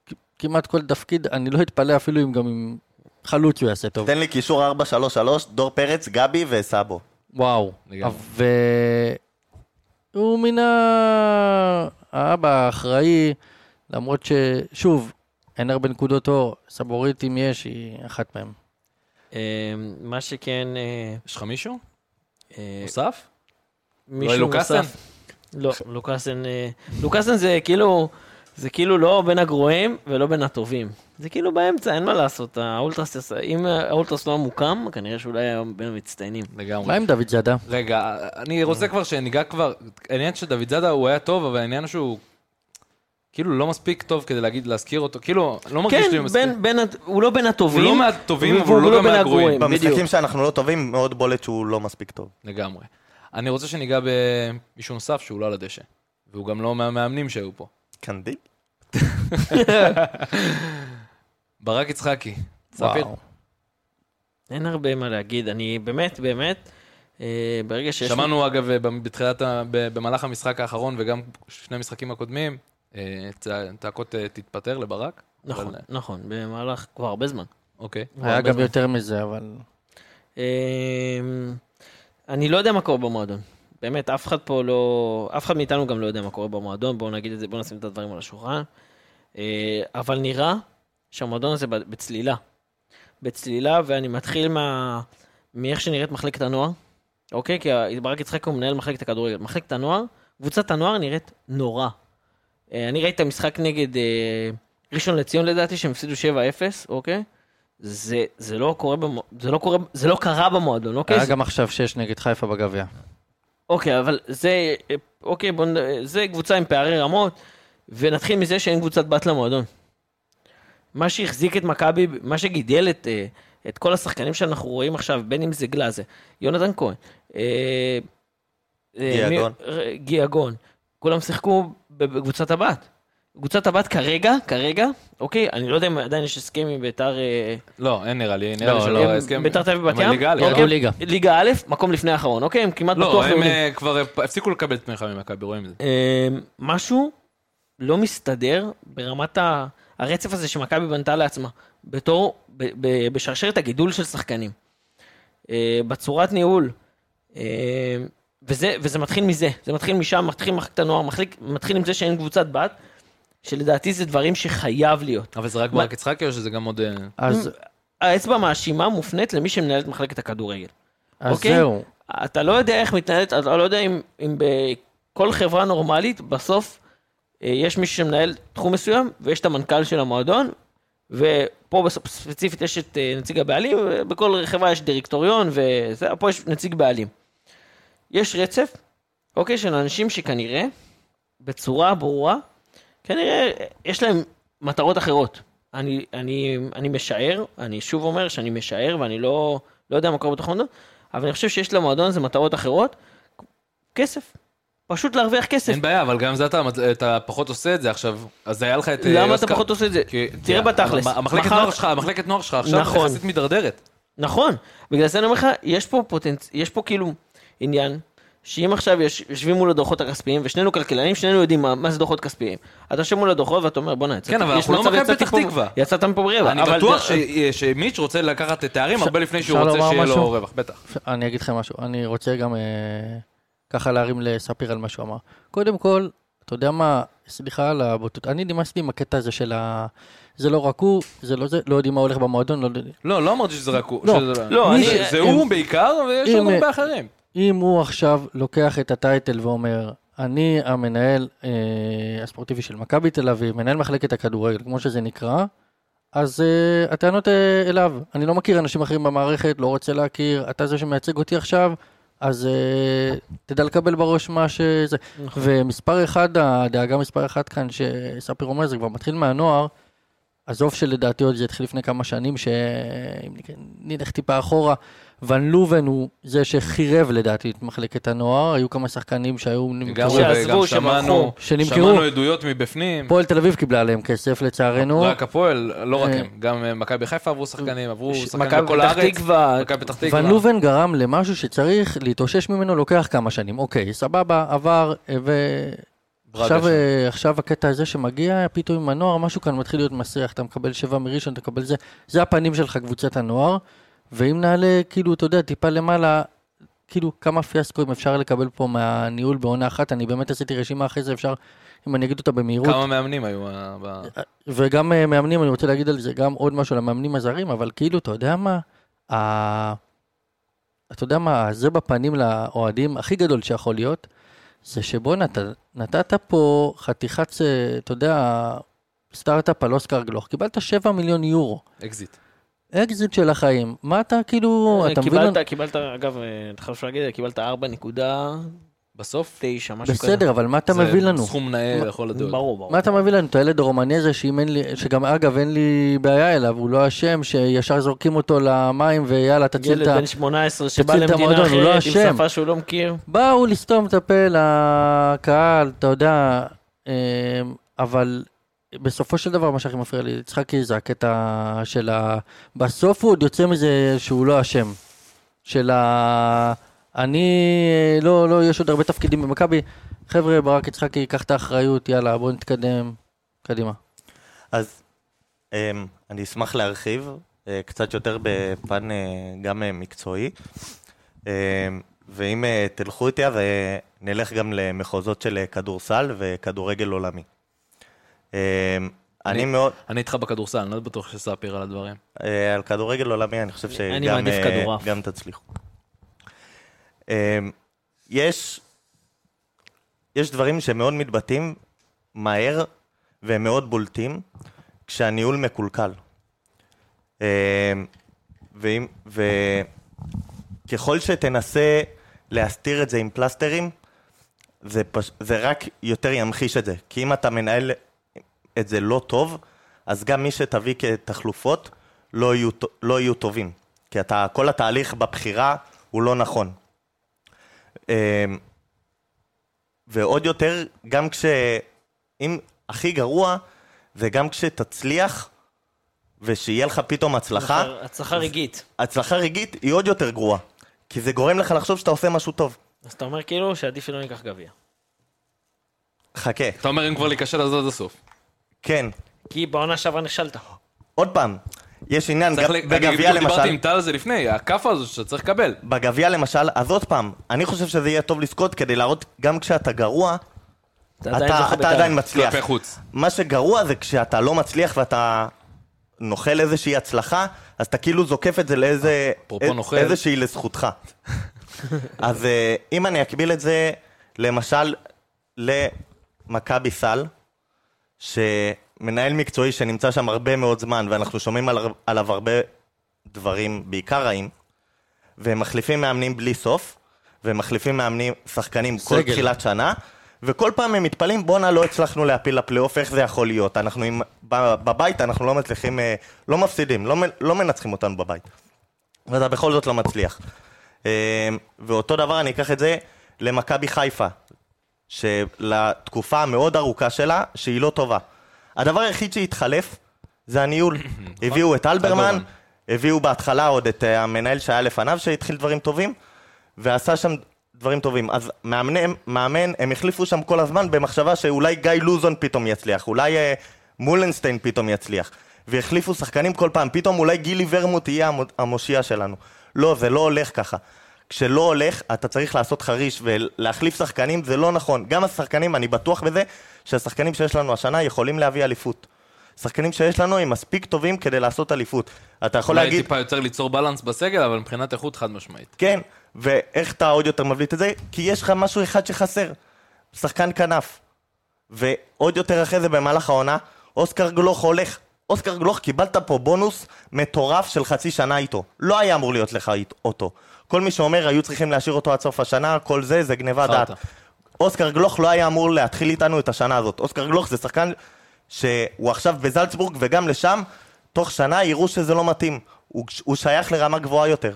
S2: כ- כמעט כל תפקיד, אני לא אתפלא אפילו אם גם עם חלוץ הוא יעשה טוב.
S6: תן לי קישור 4-3-3, דור פרץ, גבי וסאבו.
S2: וואו.
S1: לגמרי.
S2: והוא מן ה- האבא האחראי, למרות ששוב, אין הרבה נקודות אור, סבורית אם יש, היא אחת מהן.
S7: אה, מה שכן, אה,
S1: יש לך מישהו?
S7: אה,
S1: נוסף?
S7: מישהו
S1: לוקאסן?
S7: נוסף- לא, לוקאסן, אה, לוקאסן זה כאילו, זה כאילו לא בין הגרועים ולא בין הטובים. זה כאילו באמצע, אין מה לעשות. האולטרס, אם האולטרס לא היה מוקם, כנראה שאולי היה בין המצטיינים.
S1: לגמרי.
S2: מה עם דוד זאדה?
S1: רגע, אני רוצה כבר שניגע כבר, העניין שדוד זאדה הוא היה טוב, אבל העניין שהוא כאילו לא מספיק טוב כדי להגיד, להזכיר אותו, כאילו, לא מרגיש לי
S7: כן,
S1: מספיק.
S7: בין, בין, הט- הוא לא בין הטובים.
S1: הוא לא מהטובים, אבל
S7: והוא
S1: הוא לא גם
S7: בין
S1: מהגרועים.
S6: במשחקים שאנחנו לא טובים, מאוד בולט שהוא לא מספיק טוב.
S1: לגמרי. אני רוצה שניגע במישהו נוסף שהוא לא על הדשא, והוא גם לא מהמאמנים שהיו פה.
S6: קנדיל?
S1: ברק יצחקי, ספיר,
S2: וואו.
S7: אין הרבה מה להגיד. אני באמת, באמת, אה, ברגע שיש... לי-
S1: שמענו אגב במ- בתחילת, ה- ב- במהלך המשחק האחרון וגם שני המשחקים הקודמים, אה, צע- צעקות אה, תתפטר לברק.
S7: נכון,
S1: אבל, אה,
S7: נכון, במהלך כבר הרבה זמן.
S1: אוקיי.
S2: היה
S7: הרבה
S2: גם
S7: זמן.
S2: יותר מזה, אבל...
S7: אמ, אני לא יודע מה קורה במועדון. באמת, אף אחד פה לא... אף אחד מאיתנו גם לא יודע מה קורה במועדון, בואו נגיד את זה, בואו נשים את הדברים על השולחן. אה, אבל נראה שהמועדון הזה ב- בצלילה. בצלילה, ואני מתחיל מה... מאיך שנראית מחלקת הנוער. אוקיי? כי ה- ברק יצחק הוא מנהל מחלקת הכדורגל. מחלקת הנוער, קבוצת הנוער נראית נורא. אה, אני ראיתי את המשחק נגד אה, ראשון לציון לדעתי, שהם הפסידו 7-0, אוקיי? זה, זה לא קורה, במו, זה לא קורה, זה לא קרה במועדון, אוקיי?
S2: היה
S7: זה,
S2: גם עכשיו שש נגד חיפה בגביע.
S7: אוקיי, אבל זה, אה, אוקיי, בוא נ... אה, זה קבוצה עם פערי רמות, ונתחיל מזה שאין קבוצת בת למועדון. מה שהחזיק את מכבי, מה שגידל את, אה, את כל השחקנים שאנחנו רואים עכשיו, בין אם זה גלאזה, יונתן כהן, אה, אה,
S6: גיאגון.
S7: מי- ר- גיאגון, כולם שיחקו בקבוצת הבת. קבוצת הבת כרגע, כרגע, אוקיי, אני לא יודע אם עדיין יש הסכם עם ביתר... אה,
S1: לא, אין נראה לי, נראה לי
S2: לא,
S1: שלא,
S2: לא,
S1: ההסכם-
S7: ביתר תל אביב בת
S1: אבל
S7: ים?
S1: לא, ליגה א',
S7: אוקיי.
S2: ירדו ליגה.
S7: ליגה א', מקום לפני האחרון, אוקיי? הם כמעט
S1: לא,
S7: בטוח
S1: הם
S7: יורדים.
S1: אה, כבר אה, הפסיקו לקבל תמיכה ממכבי, רואים את זה.
S7: אה, משהו לא מסתדר ברמת ה... הרצף הזה שמכבי בנתה לעצמה, בתור, ב, ב, בשרשרת הגידול של שחקנים, אה, בצורת ניהול, אה, וזה, וזה מתחיל מזה, זה מתחיל משם, מתחיל מחלקת הנוער, מתחיל, מתחיל עם זה שאין קבוצת בת, שלדעתי זה דברים שחייב להיות.
S1: אבל זה רק
S7: מה-
S1: ברק יצחקי או שזה גם עוד... אה,
S2: אז
S7: האצבע המאשימה מופנית למי שמנהל את מחלקת הכדורגל.
S2: אז
S7: אוקיי.
S2: זהו.
S7: אתה לא יודע איך מתנהלת, אתה לא יודע אם, אם בכל חברה נורמלית, בסוף אה, יש מישהו שמנהל תחום מסוים, ויש את המנכ"ל של המועדון, ופה בסוף, ספציפית יש את אה, נציג הבעלים, בכל חברה יש דירקטוריון, וזה, פה יש נציג בעלים. יש רצף, אוקיי, של אנשים שכנראה, בצורה ברורה, כנראה אה, יש להם מטרות אחרות. אני, אני, אני משער, אני שוב אומר שאני משער ואני לא, לא יודע מה קורה בתוך המועדון, אבל אני חושב שיש למועדון הזה מטרות אחרות. כסף. פשוט להרוויח כסף.
S1: אין בעיה, אבל גם זה אתה, אתה פחות עושה את זה עכשיו. אז היה לך את... אה,
S7: למה אתה
S1: אוסקר-
S7: פחות עושה את זה?
S1: כי-
S7: תראה
S1: כי
S7: בתכלס.
S1: המ- המחלקת
S7: מחר-
S1: נוער שלך, המחלקת נוער שלך עכשיו
S7: נכון.
S1: יחסית מידרדרת.
S7: נכון, בגלל זה אני אומר לך, יש פה פוטנצ... יש פה כאילו עניין, שאם עכשיו יש... יושבים מול הדוחות הכספיים, ושנינו כלכלנים, שנינו יודעים מה, מה זה דוחות כספיים. אתה יושב מול הדוחות ואתה אומר, בואנה, יצאת...
S1: כן, אבל
S7: יש
S1: אנחנו לא
S7: מצב,
S1: מכבי
S7: יצאתי
S1: פתח
S7: פה-
S1: תקווה."
S7: יצאת מפה ברירה. אה,
S1: אני בטוח ש- אה, שמיץ' רוצה לקחת תארים הרבה לפני שהוא
S2: אפשר
S1: רוצה
S2: לומר
S1: שיהיה לו
S2: משהו?
S1: רווח, בטח.
S2: אני אגיד לכם משהו, אני רוצה גם אה, ככה להרים לספיר על מה שהוא אמר. קודם כל, אתה יודע מה, סליחה על הבוטות, אני נמאסתי עם הקטע הזה של ה... זה לא רק הוא, זה לא זה, לא יודעים מה הולך במועדון, לא יודעים...
S1: לא, לא אמרתי שזה רק הוא.
S2: לא,
S1: שזה-
S7: לא,
S1: מי
S7: אני-
S1: ש- זה
S7: אם-
S1: הוא בעיקר, ויש
S2: אם-
S1: עוד הרבה אחרים.
S2: אם הוא עכשיו לוקח את הטייטל ואומר, אני המנהל אה, הספורטיבי של מכבי תל אביב, מנהל מחלקת הכדורגל, כמו שזה נקרא, אז אה, הטענות אה, אליו. אני לא מכיר אנשים אחרים במערכת, לא רוצה להכיר, אתה זה שמייצג אותי עכשיו, אז אה, תדע לקבל בראש מה שזה. נכון. ומספר אחד, הדאגה מספר אחת כאן, שספיר אומר, זה כבר מתחיל מהנוער, עזוב שלדעתי עוד זה התחיל לפני כמה שנים, שאם נלך טיפה אחורה, ון לובן הוא זה שחירב לדעתי את מחלקת הנוער, היו כמה שחקנים שהיו... נמכרו.
S1: לגמרי,
S7: שעזבו,
S1: וגם
S7: שברחו,
S1: שמענו-
S2: שנמכרו.
S1: שמענו עדויות מבפנים.
S2: הפועל תל אביב קיבלה עליהם כסף לצערנו.
S1: רק הפועל, לא רק
S2: אה.
S1: הם, גם אה, מכבי חיפה עברו שחקנים, עברו
S7: ש-
S1: שחקנים
S7: מכבי
S1: בכל
S7: פתח
S1: הארץ. אה,
S7: תקווה.
S1: מכבי פתח תקווה.
S2: ון לובן גרם למשהו שצריך להתאושש ממנו, לוקח כמה שנים. אוקיי, סבבה, עבר, אה, ו...
S1: ברגע
S2: עכשיו,
S1: שם.
S2: אה, עכשיו הקטע הזה שמגיע, פתאום עם הנוער, משהו כאן מתחיל להיות מסריח, אתה מקבל שבע מראשון, אתה מקבל זה, זה הפנים שלך, קבוצת הנוער, ואם נעלה, כאילו, אתה יודע, טיפה למעלה, כאילו, כמה פיאסקוים אפשר לקבל פה מהניהול בעונה אחת, אני באמת עשיתי רשימה אחרי זה, אפשר, אם אני אגיד אותה במהירות,
S1: כמה מאמנים היו אה, ב...
S2: וגם אה, מאמנים, אני רוצה להגיד על זה גם עוד משהו על המאמנים הזרים, אבל כאילו, אתה יודע מה? ה... אתה יודע מה, זה בפנים לאוהדים הכי גדול שיכול להיות, זה שבואנה, אתה נתת פה חתיכת, אה, אתה יודע, סטארט-אפ על אוסקר גלוך, קיבלת 7 מיליון יורו,
S1: אקזיט.
S2: אקזיט של החיים, מה אתה כאילו, אתה מבין?
S7: אה, קיבלת, קיבלת, אגב, אה, אתה חייב להגיד, קיבלת 4.9,
S1: בסוף
S7: משהו כזה.
S2: בסדר, אבל מה אתה מביא לנו?
S1: סכום נאה
S2: מה-
S1: לכל הדעות.
S7: ברור, ברור.
S2: מה אתה מביא לנו? את הילד הרומני הזה, שאם אין לי, שגם אגב אין לי בעיה אליו, הוא לא אשם, שישר זורקים אותו למים ויאללה תציל את
S7: ילד
S2: ה...
S7: בן 18 שבא
S2: תציל את
S7: למדינה
S2: המועדון, הוא לא
S7: אחרת
S2: אשם.
S7: עם שפה שהוא לא מכיר.
S2: באו לסתום את הפה לקהל, אתה יודע, אמ, אבל בסופו של דבר מה שהכי מפריע לי, יצחקי, זה הקטע של ה... בסוף הוא עוד יוצא מזה שהוא לא אשם. של ה... אני... לא, לא, יש עוד הרבה תפקידים במכבי. חבר'ה, ברק יצחקי, קח את האחריות, יאללה, בוא נתקדם. קדימה.
S6: אז אמ, אני אשמח להרחיב אה, קצת יותר בפן אה, גם אה, מקצועי. אמ, ואם אה, תלכו איתי, אז אה, נלך גם למחוזות של אה, כדורסל וכדורגל עולמי. אמ, אני מאוד,
S1: אני איתך בכדורסל, אני לא בטוח שספיר על הדברים.
S6: אה, על כדורגל עולמי, אני חושב
S7: אני
S6: שגם
S7: מעדיף
S6: אה,
S7: כדורעף.
S6: גם תצליחו. אה, יש, יש דברים שמאוד מתבטאים מהר והם מאוד בולטים כשהניהול מקולקל. אה, ואם, וככל שתנסה להסתיר את זה עם פלסטרים, זה, פש... זה רק יותר ימחיש את זה. כי אם אתה מנהל את זה לא טוב, אז גם מי שתביא כתחלופות לא יהיו, ט- לא יהיו טובים. כי אתה, כל התהליך בבחירה הוא לא נכון. אמ, ועוד יותר, גם כש... אם הכי גרוע, זה גם כשתצליח, ושיהיה לך פתאום הצלחה,
S7: נכון. הצלחה רגעית.
S6: הצלחה רגעית היא עוד יותר גרועה. כי זה גורם לך לחשוב שאתה עושה משהו טוב.
S7: אז אתה אומר כאילו שעדיף שלא ניקח גביע.
S6: חכה,
S1: אתה אומר, אם כבר להיכשל, אז עד הסוף.
S6: כן.
S7: כי בעונה שעברה נכשלת.
S6: עוד פעם, יש עניין,
S1: צריך
S6: גם-
S1: ל- אני
S6: בגביע
S1: בדיוק דיברתי
S6: למשל,
S1: עם טל על זה לפני, הכאפה הזו שאתה צריך לקבל.
S6: בגביע למשל, אז עוד פעם, אני חושב שזה יהיה טוב לזכות כדי להראות גם כשאתה גרוע, אתה, אתה עדיין מצליח.
S1: כלפי חוץ.
S6: מה שגרוע זה כשאתה לא מצליח ואתה נוחל איזושהי הצלחה, אז אתה כאילו זוקף את זה לאיזה...
S1: אפרופו
S6: איז-
S1: נוכל.
S6: איזושהי לזכותך. אז אה, אם אני אקביל את זה, למשל, למכבי סל, שמנהל מקצועי שנמצא שם הרבה מאוד זמן, ואנחנו שומעים על, עליו הרבה דברים, בעיקר רעים, והם מחליפים מאמנים בלי סוף, והם מחליפים מאמנים, שחקנים כל
S2: סגל.
S6: תחילת שנה, וכל פעם הם מתפלאים, בואנה, לא הצלחנו להפיל לפלייאוף, איך זה יכול להיות? אנחנו עם, ב- בבית, אנחנו לא מצליחים, אה, לא מפסידים, לא, מ- לא מנצחים אותנו בבית. ואתה בכל זאת לא מצליח. אה, ואותו דבר, אני אקח את זה למכבי חיפה, שלתקופה המאוד ארוכה שלה, שהיא לא טובה. הדבר היחיד שהתחלף זה הניהול. הביאו את אלברמן,
S1: אלברמן.
S6: הביאו בהתחלה עוד את אה, המנהל שהיה לפניו שהתחיל דברים טובים, ועשה שם דברים טובים. אז מאמני, מאמן, הם החליפו שם כל הזמן במחשבה שאולי גיא לוזון פתאום יצליח, אולי אה, מולנסטיין פתאום יצליח. והחליפו שחקנים כל פעם, פתאום אולי גילי ורמוט יהיה המו- המושיע שלנו. לא, זה לא הולך ככה. כשלא הולך, אתה צריך לעשות חריש ולהחליף שחקנים, זה לא נכון. גם השחקנים, אני בטוח בזה, שהשחקנים שיש לנו השנה יכולים להביא אליפות. שחקנים שיש לנו הם מספיק טובים כדי לעשות אליפות. אתה יכול
S1: אולי
S6: להגיד...
S1: טיפה יותר ליצור בלנס בסגל, אבל מבחינת איכות חד משמעית.
S6: כן, ואיך אתה עוד יותר מבליט את זה? כי יש לך משהו אחד שחסר, שחקן כנף. ועוד יותר אחרי זה במהלך העונה, אוסקר גלוך הולך. אוסקר גלוך, קיבלת פה בונוס מטורף של חצי שנה איתו. לא היה אמור להיות לך אית- אותו. כל מי שאומר, היו צריכים להשאיר אותו עד סוף השנה, כל זה, זה גניבת
S1: חרטא.
S6: דעת. אוסקר גלוך לא היה אמור להתחיל איתנו את השנה הזאת. אוסקר גלוך זה שחקן שהוא עכשיו בזלצבורג וגם לשם, תוך שנה יראו שזה לא מתאים. הוא, הוא שייך לרמה גבוהה יותר.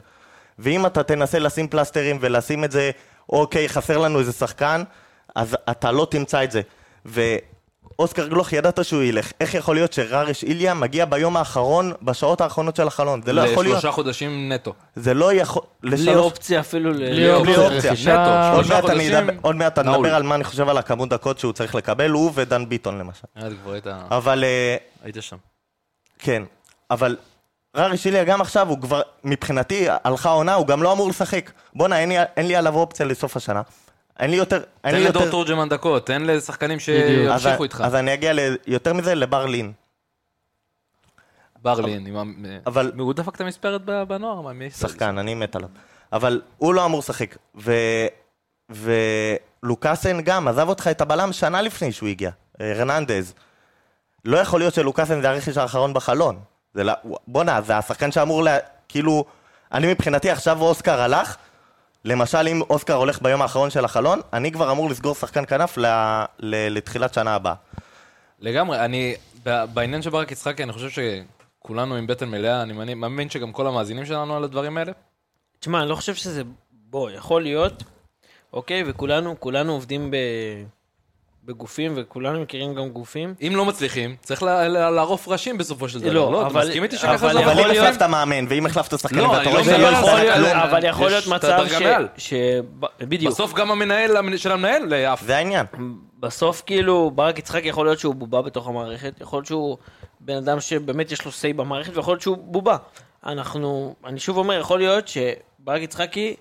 S6: ואם אתה תנסה לשים פלסטרים ולשים את זה, אוקיי, חסר לנו איזה שחקן, אז אתה לא תמצא את זה. ואוסקר גלוך ידעת שהוא ילך. איך יכול להיות שרריש איליה מגיע ביום האחרון, בשעות האחרונות של החלון? זה לא יכול להיות.
S1: לשלושה חודשים נטו.
S6: זה לא יכול...
S7: בלי
S6: לשלוש...
S7: אופציה אפילו ל...
S1: בלי אופציה.
S6: אופציה.
S2: רכישה.
S1: נטו,
S6: עוד
S1: שלושה
S6: מעט אני
S1: חודשים.
S6: אדבר- עוד מעט אני
S1: נעול.
S6: אדבר על מה אני חושב על הכמות דקות שהוא צריך לקבל, הוא ודן ביטון למשל.
S1: אה, כבר היית-
S6: אבל אה,
S1: היית שם.
S6: כן, אבל ררי שיליה גם עכשיו, הוא כבר, מבחינתי, הלכה העונה, הוא גם לא אמור לשחק. בואנה, אין, לי- אין לי עליו אופציה לסוף השנה. אין לי יותר... אין
S1: תן
S6: לי
S1: לדור
S6: יותר...
S1: תורג'מן דקות, תן לשחקנים
S2: בדיוק.
S6: אז,
S1: שימשיכו איתך.
S6: אז אני אגיע ל- יותר מזה לברלין.
S1: ברלין, עם ה-
S6: אבל-
S1: הוא דפק את המספרת ב- בנוער, מה, מי?
S6: שחקן, אני מת עליו. אבל הוא לא אמור לשחק. ו... ולוקאסן גם, עזב אותך את הבלם שנה לפני שהוא הגיע, הרננדז. לא יכול להיות שלוקאסן זה הרכש האחרון בחלון. זה לא... בואנה, זה השחקן שאמור ל... כאילו... אני מבחינתי עכשיו אוסקר הלך, למשל אם אוסקר הולך ביום האחרון של החלון, אני כבר אמור לסגור שחקן כנף ל... ל... לתחילת שנה הבאה.
S1: לגמרי, אני, ב- בעניין של ברק יצחקי, אני חושב שכולנו עם בטן מלאה, אני מאמין- מאמין שגם כל המאזינים שלנו על הדברים האלה.
S7: תשמע, אני לא חושב שזה... בוא, יכול להיות, אוקיי, וכולנו כולנו עובדים ב... בגופים, וכולנו מכירים גם גופים.
S1: אם לא מצליחים, צריך ל- ל- לערוף ראשים בסופו של דבר.
S7: לא,
S1: לא, אתה
S7: אבל-
S1: מסכים איתי שככה
S7: אבל
S1: זה
S6: אבל
S7: יכול
S6: אם
S7: להיות-
S6: החלפת מאמן, ואם החלפת שחקנים,
S1: לא,
S6: ואתה
S1: אני
S6: רואה
S1: לא
S6: שזה
S1: מדבר
S6: לא
S1: על
S6: יכול...
S1: זה,
S6: כלום,
S1: כלום.
S7: אבל יכול
S1: יש
S7: להיות
S1: את
S7: מצב
S1: הדרגה
S7: ש...
S1: מעל.
S7: ש... ב- בדיוק.
S1: בסוף גם המנהל של המנהל אה, עף.
S6: זה העניין.
S7: בסוף כאילו ברק יצחק יכול להיות שהוא בובה בתוך המערכת, יכול להיות שהוא בן אדם שבאמת יש לו say במערכת ויכול להיות שהוא בובה. אנחנו, אני שוב אומר, יכול להיות שברק יצחקי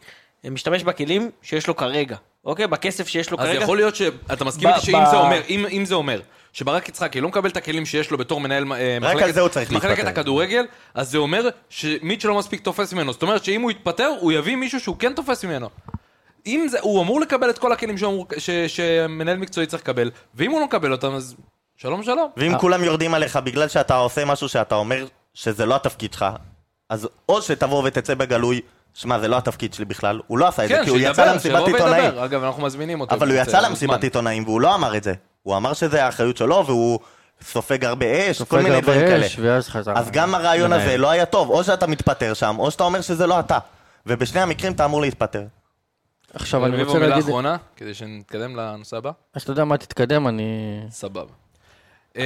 S7: אה, משתמש בכלים שיש לו כרגע, אוקיי? בכסף שיש לו
S1: אז
S7: כרגע.
S1: יכול להיות שאתה מסכים
S7: ב-
S1: איתי שאם
S7: ב-
S1: זה אומר, אם- אם זה אומר, שברק יצחקי לא מקבל את הכלים שיש לו בתור מנהל אה,
S6: רק
S1: מחלקת-
S6: על זה הוא צריך
S1: מחלקת
S6: להתפטר.
S1: הכדורגל, אז זה אומר שמיץ' לא מספיק תופס ממנו. זאת אומרת שאם הוא יתפטר, הוא יביא מישהו שהוא כן תופס ממנו. אם זה, הוא אמור לקבל את כל הכלים שאמור- ש- שמנהל מקצועי צריך לקבל, ואם הוא לא מקבל אותם, אז שלום שלום.
S6: ואם
S2: אה.
S6: כולם יורדים עליך בגלל שאתה עושה משהו שאתה אומר שזה לא התפקיד שלך, אז או שתבוא ותצא בגלוי, שמע, זה לא התפקיד שלי בכלל, הוא לא עשה את זה,
S1: כן,
S6: כי הוא יצא
S1: שידבר,
S6: למסיבת
S1: שיבוא
S6: עיתונאים.
S1: וידבר. אגב, אנחנו מזמינים אותו.
S6: אבל
S1: אם
S6: הוא
S1: ירצה,
S6: יצא
S1: הוא
S6: למסיבת
S1: מוזמן.
S6: עיתונאים והוא לא אמר את זה. הוא אמר שזה האחריות שלו והוא סופג הרבה אש, כל
S2: סופג
S6: מיני
S2: הרבה
S6: דברים כאלה.
S2: אש, ואז חזר.
S6: אז גם הרעיון
S2: לנהל.
S6: הזה לא היה טוב, או שאתה מתפטר שם, או שאתה אומר שזה לא אתה. ובשני המקרים אתה אמור להתפטר.
S2: עכשיו אני
S1: רביבו,
S2: רוצה
S1: מילה
S2: להגיד,
S1: אחרונה, כדי שנתקדם לנושא הבא?
S2: אז אתה יודע מה, תתקדם, אני...
S1: סבבה. אמ,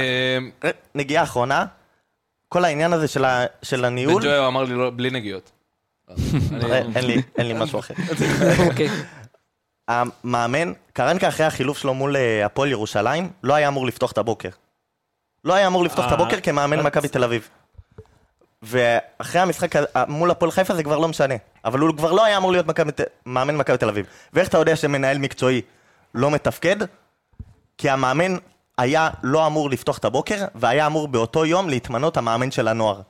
S6: אה, נגיעה אחרונה, כל העניין הזה של ה- של
S1: בן
S6: הניהול,
S1: ג'ויה אמר לי לא- בלי נגיעות.
S6: אין אין לי- אין לי משהו אחר.
S7: אוקיי.
S6: המאמן, קרנקה אחרי החילוף שלו מול אה, הפועל ירושלים, לא היה אמור לפתוח את הבוקר. לא היה אמור לפתוח את
S7: אה,
S6: הבוקר כמאמן
S7: אז-
S6: מכבי תל אביב. ואחרי המשחק ה- ה- מול הפועל חיפה זה כבר לא משנה. אבל הוא כבר לא היה אמור להיות מכבי ת- מאמן מכבי תל אביב. ואיך אתה יודע שמנהל מקצועי לא מתפקד? כי המאמן היה לא אמור לפתוח את הבוקר, והיה אמור באותו יום להתמנות המאמן של הנוער.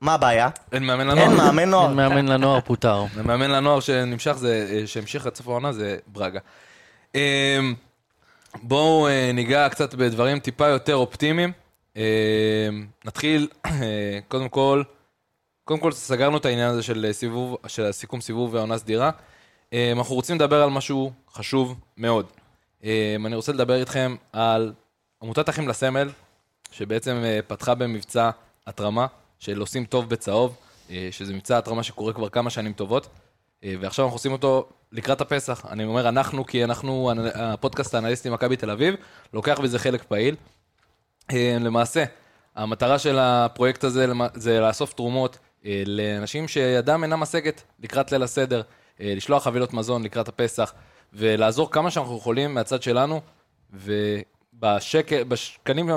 S6: מה הבעיה?
S1: אין מאמן
S6: אין
S1: לנוער.
S6: מאמן נוער.
S2: אין מאמן לנוער פוטר.
S1: המאמן לנוער שנמשך, זה- שהמשיך עד סוף העונה, זה ברגה. אמ, בואו אה, ניגע קצת בדברים טיפה יותר אופטימיים. אמ, נתחיל, אה, קודם כל, קודם כל סגרנו את העניין הזה של סיבוב, של הסיכום סיבוב והעונה סדירה. אה, אנחנו רוצים לדבר על משהו חשוב מאוד. אה, אני רוצה לדבר איתכם על עמותת אחים לסמל, שבעצם אה, פתחה במבצע התרמה של עושים טוב בצהוב, אה, שזה מבצע התרמה שקורה כבר כמה שנים טובות, אה, ועכשיו אנחנו עושים אותו לקראת הפסח. אני אומר אנחנו, כי אנחנו, הנ- הפודקאסט האנליסטי מכבי תל אביב, לוקח בזה חלק פעיל. אה, למעשה, המטרה של הפרויקט הזה למע- זה לאסוף תרומות אה, לאנשים שידם אינה משגת לקראת ליל הסדר, אה, לשלוח חבילות מזון לקראת הפסח, ולעזור כמה שאנחנו יכולים מהצד שלנו, ובשקלים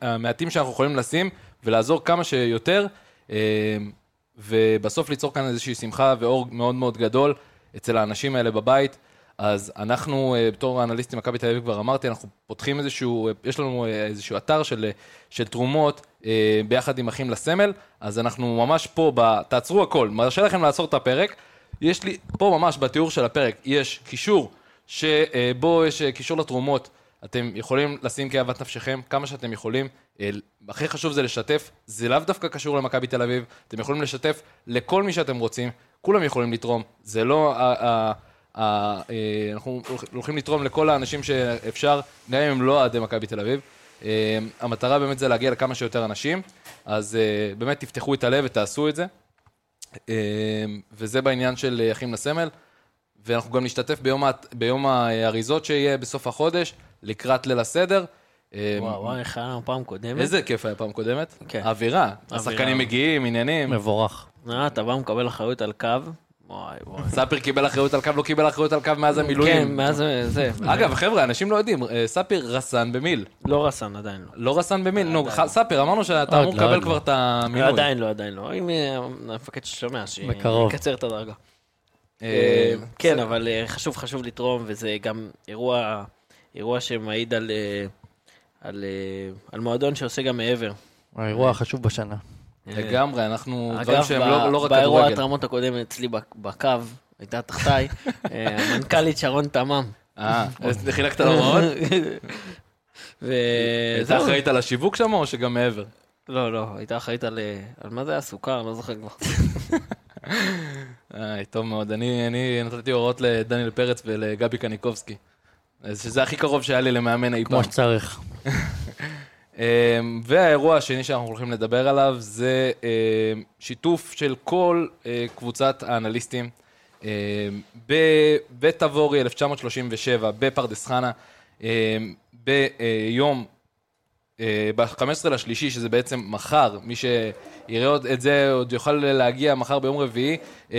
S1: המעטים שאנחנו יכולים לשים, ולעזור כמה שיותר, אה, ובסוף ליצור כאן איזושהי שמחה ואור מאוד מאוד גדול אצל האנשים האלה בבית. אז אנחנו, אה, בתור האנליסטים מכבי תל אביב, כבר אמרתי, אנחנו פותחים איזשהו, אה, יש לנו אה, איזשהו אתר של, אה, של תרומות אה, ביחד עם אחים לסמל, אז אנחנו ממש פה, ב, תעצרו הכל, מרשה לכם לעצור את הפרק. יש לי, פה ממש בתיאור של הפרק, יש קישור, שבו יש אה, קישור לתרומות. אתם יכולים לשים כאוות נפשכם כמה שאתם יכולים. אה, הכי חשוב זה לשתף, זה לאו דווקא קשור למכבי תל אביב, אתם יכולים לשתף לכל מי שאתם רוצים, כולם יכולים לתרום, זה לא... ה- ה- ה- אה, אנחנו הולכים לתרום לכל האנשים שאפשר, גם אם הם לא אוהדי מכבי תל אביב. אה, המטרה באמת זה להגיע לכמה שיותר אנשים, אז אה, באמת תפתחו את הלב ותעשו את זה. אה, וזה בעניין של אה, אחים לסמל. ואנחנו גם נשתתף ביום, ה- ביום האריזות שיהיה בסוף החודש, לקראת ליל הסדר. אה,
S7: וואו, וואי, איך היה לנו פעם קודמת.
S1: איזה כיף היה פעם קודמת.
S7: כן.
S1: האווירה, השחקנים מגיעים, עניינים.
S2: מבורך.
S7: אה, אתה בא ומקבל אחריות על קו. וואי, וואי.
S1: ספיר קיבל אחריות על קו, לא קיבל אחריות על קו מאז המילואים.
S7: כן, מאז זה- זה.
S1: אגב, חבר'ה, אנשים לא יודעים, אה, ספיר רסן במיל.
S7: לא רסן, עדיין לא.
S1: לא רסן במיל, נו, ח- ספיר, אמרנו שאתה
S2: עוד
S1: אמור
S2: לא,
S1: לקבל
S2: עוד
S1: כבר
S2: לא.
S1: את המינוי.
S7: אה, עדיין לא, עדיין לא. אם אה, המפקד ששומע,
S2: בקרוב.
S7: שיקצר את הדרגה.
S1: אה,
S7: כן, אבל אה, חשוב, חשוב לתרום, וזה גם אירוע, אירוע שמעיד על, אה, על, אה, על מועדון שעושה גם מעבר.
S2: האירוע החשוב בשנה.
S1: לגמרי, אנחנו דברים
S7: אגב,
S1: שהם
S7: ב-
S1: לא לא רק
S7: באירוע
S1: כדורגל.
S7: התרמות הקודם אצלי בק- בקו, הייתה תחתיי, אה, המנכ"לית שרון תמם.
S1: אה, אז חילקת לו מאוד? הייתה
S7: וזהו.
S1: אחראית על השיווק שם או שגם מעבר?
S7: לא, לא, הייתה אחראית על... אה, על מה זה היה? סוכר? לא זוכר כבר.
S1: איי, טוב מאוד. אני, אני נתתי הוראות לדניאל פרץ ולגבי קניקובסקי. אז שזה הכי קרוב שהיה לי למאמן אי פעם.
S2: כמו שצריך.
S1: אמ, והאירוע השני שאנחנו הולכים לדבר עליו זה אמ, שיתוף של כל אה, קבוצת האנליסטים אמ, בבית תבורי 1937, בפרדס חנה, אמ, ביום, אה, ב-15 לשלישי, שזה בעצם מחר, מי שיראה עוד- את זה עוד יוכל להגיע מחר ביום רביעי, אמ,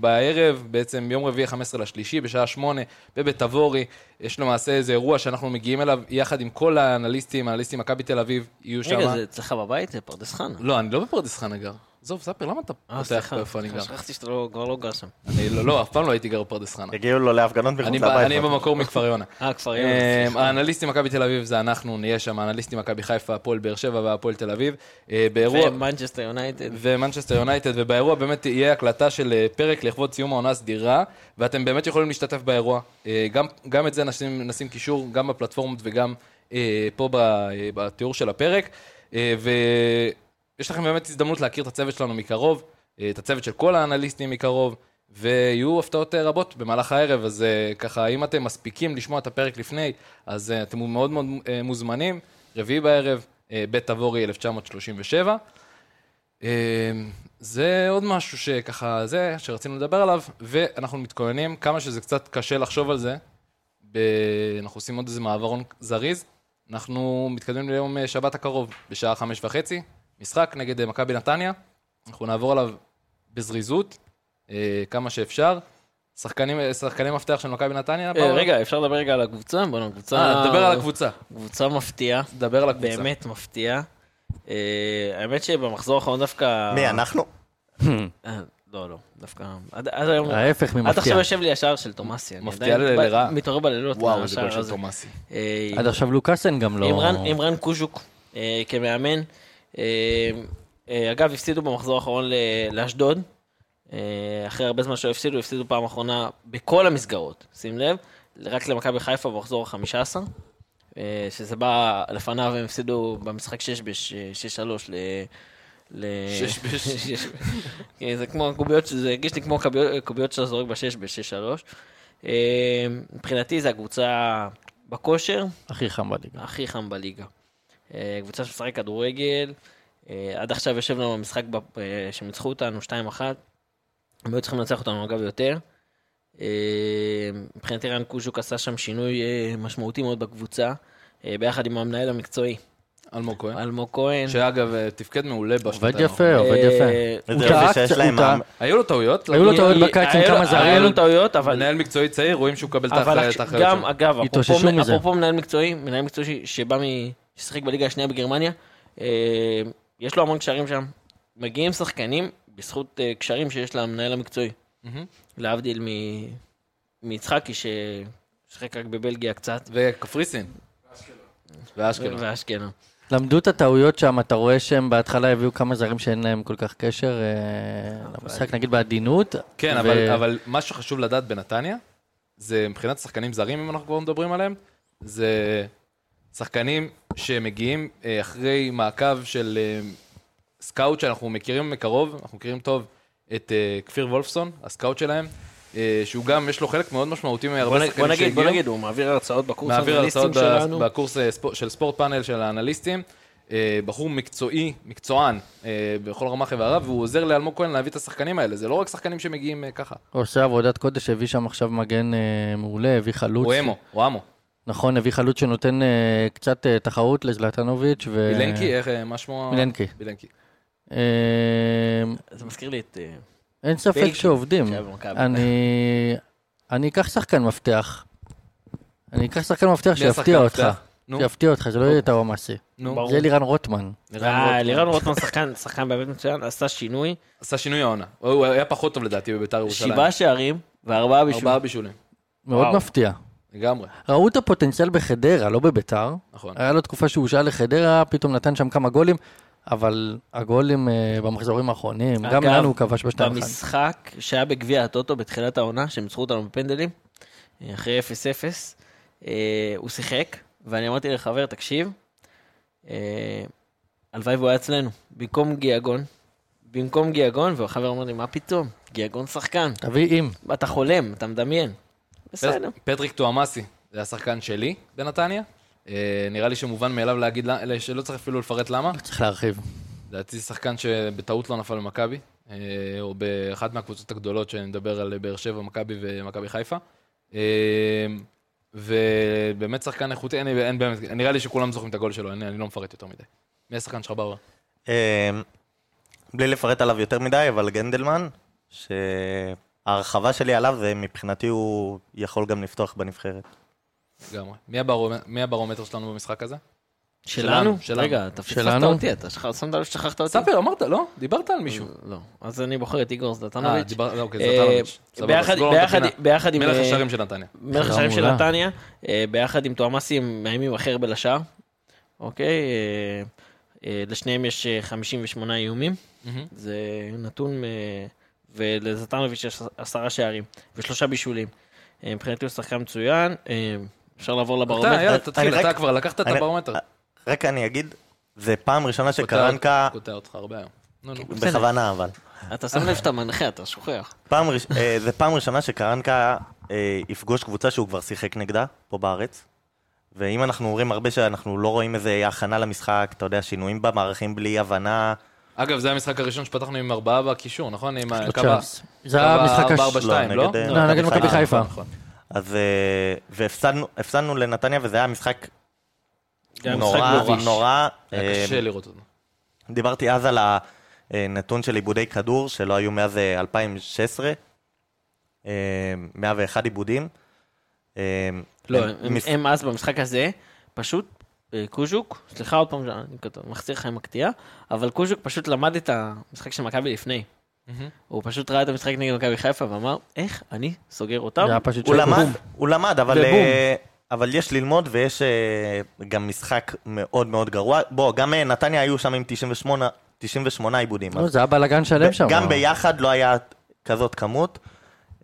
S1: בערב, בעצם יום רביעי 15 לשלישי, בשעה 8, בבית תבורי, יש למעשה איזה אירוע שאנחנו מגיעים אליו יחד עם כל האנליסטים, האנליסטים מכבי תל אביב, יהיו שם.
S7: רגע, זה אצלך בבית? זה פרדס חנה. אה,
S1: לא, אני לא בפרדס חנה גר. עזוב, ספר, למה אתה פותח לא איפה אני גר?
S7: שכחתי שאתה לא- כבר לא גר שם.
S1: אני לא, לא, אף פעם לא הייתי גר בפרדס חנה.
S6: הגיעו לו להפגנות
S1: אני
S6: מחוץ
S1: ב-
S6: לבית.
S1: אני במקור מכפר יונה.
S7: אה, כפר
S1: אה,
S7: יונה. סליחה.
S1: האנליסטים מכבי תל אביב זה אנחנו, נהיה שם, האנליסטים מכבי חיפה, הפועל באר שבע והפועל תל אביב. אה, באירוע...
S7: ומנצ'סטר יונייטד.
S1: ומנצ'סטר יונייטד, ובאירוע באמת תהיה הקלטה של אה, פרק לכבוד סיום העונה הסדירה, ואתם באמת יכולים להשתתף באירוע. אה, גם, גם את זה נשים, נשים קישור, גם בפלטפורמות וגם אה, פה ב, אה, בתיאור של הפרק. אה, ויש לכם באמת הזדמנות להכיר את הצוות שלנו מקרוב, אה, את הצוות של כל האנליסטים מקרוב, ויהיו הפתעות אה, רבות במהלך הערב, אז אה, ככה, אם אתם מספיקים לשמוע את הפרק לפני, אז אה, אתם מאוד מאוד אה, מוזמנים, רביעי בערב, אה, בית תבורי 1937. אה, זה עוד משהו שככה, זה שרצינו לדבר עליו, ואנחנו מתכוננים, כמה שזה קצת קשה לחשוב על זה, ב... אנחנו עושים עוד איזה מעברון זריז, אנחנו מתקדמים ליום אה, שבת הקרוב, בשעה חמש וחצי, משחק נגד אה, מכבי נתניה, אנחנו נעבור עליו בזריזות, אה, כמה שאפשר. שחקנים, אה, שחקני מפתח של מכבי נתניה?
S7: אה,
S1: פאולה?
S7: רגע, אפשר לדבר רגע על הקבוצה? בוא'נה, קבוצה...
S1: אה, דבר על הקבוצה.
S7: קבוצה מפתיעה,
S1: דבר על הקבוצה.
S7: באמת מפתיעה. אה, האמת שבמחזור האחרון דווקא...
S6: מי, אנחנו?
S7: אה, לא, לא, דווקא... עד עד היום...
S1: אה,
S2: ההפך
S7: עד
S2: ממפתיע.
S7: עכשיו יושב לי השער של תומאסי. אני
S1: מפתיע
S7: עדיין
S1: לרעה.
S7: ב- מתעורר בלילות.
S1: וואו, איזה
S7: מהשער
S1: גול של
S7: הזה.
S1: תומאסי.
S7: אה,
S2: עד עכשיו לוקאסן גם לא...
S7: אימרן, אימרן קוז'וק אה, כמאמן. אה, אה, אגב, הפסידו במחזור האחרון ל- לאשדוד. אה, אחרי הרבה זמן שלא הפסידו, הפסידו פעם אחרונה בכל המסגרות, שים לב, רק למכבי חיפה במחזור ה-15, אה, שזה בא לפניו, הם הפסידו במשחק 6 ב-6-3 ל... ל...
S1: שש בש-
S7: שש- כן, זה כמו קוביות, זה הרגיש לי כמו קוביות- קוביות שאתה זורק בשש בשש שלוש. אה, מבחינתי זה הקבוצה בכושר,
S2: הכי חם בליגה.
S7: הכי חם בליגה. אה, קבוצה שמשחק כדורגל, אה, עד עכשיו יושב לנו המשחק ב- אה, שהם ניצחו אותנו 2-1, הם היו צריכים לנצח אותנו אגב יותר. אה, מבחינתי רן קוז'וק עשה שם שינוי אה, משמעותי מאוד בקבוצה, אה, ביחד עם המנהל המקצועי,
S1: אלמוג כהן.
S7: אלמוג כהן.
S1: שאגב, אה, תפקד מעולה
S2: עובד
S1: בשנתיים.
S2: יפה,
S1: האחרונות.
S2: עובד יפה.
S7: אה,
S6: זה
S2: הוא
S6: יופי
S2: טעה
S6: שיש
S2: קצת,
S6: להם
S2: הוא טעה.
S6: עם-
S1: היו לו טעויות?
S2: היו לו
S1: לא-
S2: טעויות בקיץ עם
S7: היה לו-
S2: כמה
S7: היה
S2: זרים.
S7: לו טעויות, אבל
S1: מנהל מקצועי צעיר, רואים שהוא מקבל את
S7: אבל
S1: האחריות
S7: אך-
S1: האחריות
S7: גם,
S1: שלו.
S7: אגב,
S2: התאוששו
S7: אפרופו-
S2: מזה.
S7: אפרופו מנהל מקצועי, מנהל מקצועי ש- שבא מ... ששיחק בליגה השנייה בגרמניה, אה, יש לו המון קשרים שם. מגיעים שחקנים בזכות אה, קשרים שיש למנהל המקצועי. להבדיל מ... מיצחקי, ששיחק רק בבלגיה קצת,
S1: וקפריסין. ואשקלון.
S7: ואשקלון.
S2: למדו את הטעויות שם, אתה רואה שהם בהתחלה הביאו כמה זרים שאין להם כל כך קשר אה, למשחק, נגיד בעדינות.
S1: כן,
S2: ו-
S1: אבל- אבל מה שחשוב לדעת בנתניה, זה מבחינת שחקנים זרים, אם אנחנו כבר מדברים עליהם, זה שחקנים שמגיעים אה, אחרי מעקב של אה, סקאוט שאנחנו מכירים מקרוב, אנחנו מכירים טוב את אה, כפיר וולפסון, הסקאוט שלהם. אה, שהוא גם, יש לו חלק מאוד משמעותי
S7: בוא
S1: מהרבה
S7: נ- בוא
S1: שחקנים
S7: נגיד, בוא
S1: שהגיעו.
S7: נגיד, הוא מעביר הרצאות בקורס
S1: מעביר הרצאות
S7: האנליסטים
S1: ב-
S7: שלנו.
S1: בקורס אה, ספו- של ספורט פאנל של האנליסטים. אה, בחור מקצועי, מקצוען, אה, בכל רמה חברה, והוא עוזר לאלמוג כהן להביא את השחקנים האלה. זה לא רק שחקנים שמגיעים אה, ככה.
S2: עושה עבודת קודש, הביא שם עכשיו מגן אה, מעולה, הביא חלוץ.
S1: הוא אמו, הוא אמו.
S2: נכון, הביא חלוץ שנותן אה, קצת אה, תחרות לזלטנוביץ'. ו-
S1: בילנקי, איך, אה, מה שמו?
S2: בילנקי.
S1: בילנקי.
S2: אה,
S7: זה מזכיר לי את... אה,
S2: אין ספק
S7: בילקי,
S2: שעובדים.
S7: שהיה במכבי.
S2: אני אני אקח שחקן מפתח. אני אקח שחקן מפתח
S1: מי השחקן
S2: שיפתיע אותך.
S1: המפתח? נו,
S2: שיפתיע אותך, שלא יהיה טוואמאסי.
S1: נו.
S7: ברור.
S2: זה לירן רוטמן.
S7: אה, לירן רוטמן שחקן, שחקן באמת מצוין, עשה שינוי,
S1: עשה שינוי העונה. הוא- הוא היה פחות טוב לדעתי בביתר ירושלים.
S7: שבעה שערים וארבעה בישול.
S1: ארבעה בישולים.
S2: מאוד
S7: וואו.
S2: מפתיע.
S1: לגמרי,
S2: ראו את הפוטנציאל בחדרה, לא בביתר.
S1: נכון.
S2: היה לו תקופה שהוא הושאל לחדרה, פתאום נתן שם כמה גולים, אבל הגולים אה, במחזורים האחרונים, גם
S7: אגב,
S2: לנו הוא כבש בשתיים אחד.
S7: במשחק שהיה בגביע הטוטו בתחילת העונה, שהם ניצחו אותנו בפנדלים, אה, אחרי 0-0, אה, הוא שיחק, ואני אמרתי לחבר, תקשיב, אה, הלוואי והוא היה אצלנו, במקום גיאגון, במקום גיאגון, והחבר אומר לי, מה פתאום? גיאגון שחקן,
S2: תביא אם.
S7: אתה חולם, אתה מדמיין. בסדר.
S1: פט- פטריק טועמאסי, זה השחקן שלי בנתניה. אה, נראה לי שמובן מאליו להגיד, לה- שלא צריך אפילו לפרט למה.
S2: צריך להרחיב.
S1: לדעתי זה שחקן שבטעות לא נפל במכבי, אה, או באחת מהקבוצות הגדולות שאני מדבר על באר שבע, מכבי ומכבי חיפה. אה, ובאמת שחקן איכותי, אין, אין באמת, נראה לי שכולם זוכרים את הגול שלו, אין, אני לא מפרט יותר מדי. מי השחקן שלך באור?
S6: אה, בלי לפרט עליו יותר מדי, אבל גנדלמן, שההרחבה שלי עליו זה מבחינתי הוא יכול גם לפתוח בנבחרת.
S1: לגמרי. מי, הברומ... מי הברומטר שלנו במשחק הזה?
S7: שלנו?
S1: שלנו.
S7: רגע, אתה פספסת
S2: שלנו?
S7: אותי, אתה שכח- שמת לב ששכחת אותי?
S1: ספר, אמרת, לא? דיברת על מישהו.
S7: לא. אז אני בוחר את איגור
S1: אה,
S7: זלטנוביץ'.
S1: דיברת, אוקיי,
S7: אה,
S1: זלטנוביץ'. סבבה,
S7: ביחד-
S1: סגור לנו את
S7: ביחד-
S1: הפינה.
S7: ביחד עם...
S1: מלך
S7: אה,
S1: השערים של נתניה.
S7: מלך
S2: חדר
S7: השערים של
S2: מעולה.
S7: נתניה, אה, ביחד עם תואמסי הם מאיימים אחר בלשער, אוקיי? אה, אה, לשניהם יש אה, 58 איומים,
S1: מהמם.
S7: זה נתון, אה, ולזטנוביץ' יש עשרה שערים ושלושה בישולים. אה, מבחינתי הוא שחקן מצוין, אה, אפשר לעבור
S1: אתה, יאללה,
S7: לברומטר.
S1: תתחיל,
S6: אני
S1: אתה
S6: רק-
S1: כבר לקחת את
S6: אני-
S1: הברומטר.
S6: רק אני אגיד, זה פעם ראשונה
S1: קוטע-
S6: שקרנקה,
S1: קוטע אותך הרבה היום. נו, נו.
S7: בסדר.
S6: בכוונה אבל,
S7: אתה שם לב שאתה מנחה, אתה שוכח.
S6: פעם ראש- אה, זה פעם ראשונה שקרנקה אה, יפגוש קבוצה שהוא כבר שיחק נגדה, פה בארץ. ואם אנחנו אומרים הרבה שאנחנו לא רואים איזה הכנה למשחק, אתה יודע, שינויים במערכים בלי הבנה,
S1: אגב, זה המשחק הראשון שפתחנו עם ארבעה בקישור, נכון? עם
S2: לא
S1: הקו ה-
S2: צ'אנס. זה
S1: קו
S2: היה המשחק
S1: ה-
S2: הש...
S1: 4-4-2,
S6: לא,
S1: לא?
S6: נגד, אה,
S2: לא, נגד מכבי חיפה.
S1: נכון.
S6: אז... אה, והפסדנו הפסדנו לנתניה, וזה היה משחק
S7: זה היה
S6: נורא,
S7: משחק מביש.
S6: נורא.
S1: היה
S6: אה,
S1: קשה לראות אותו.
S6: דיברתי אז על הנתון של עיבודי כדור, שלא היו מאז אה, 2016, אה, 101 עיבודים. אה,
S7: לא,
S6: הם-
S7: הם-
S6: מס-
S7: הם אז במשחק הזה, פשוט אה, קוז'וק, סליחה עוד פעם, אני כותב- מחזיר לך עם הקטיעה, אבל קוז'וק פשוט למד את המשחק של מכבי לפני.
S1: מהמם.
S7: הוא פשוט ראה את המשחק נגד מכבי חיפה ואמר, איך אני סוגר אותם?
S2: זה היה פשוט
S6: הוא
S2: שקר.
S6: למד, הוא למד, אבל...
S7: ובום.
S6: אה, אבל יש ללמוד ויש אה, גם משחק מאוד מאוד גרוע. בוא, גם אה, נתניה היו שם עם 98, 98 עיבודים.
S2: לא,
S6: אז
S2: זה היה בלאגן שלם שם. אה,
S6: גם ביחד לא היה כזאת כמות.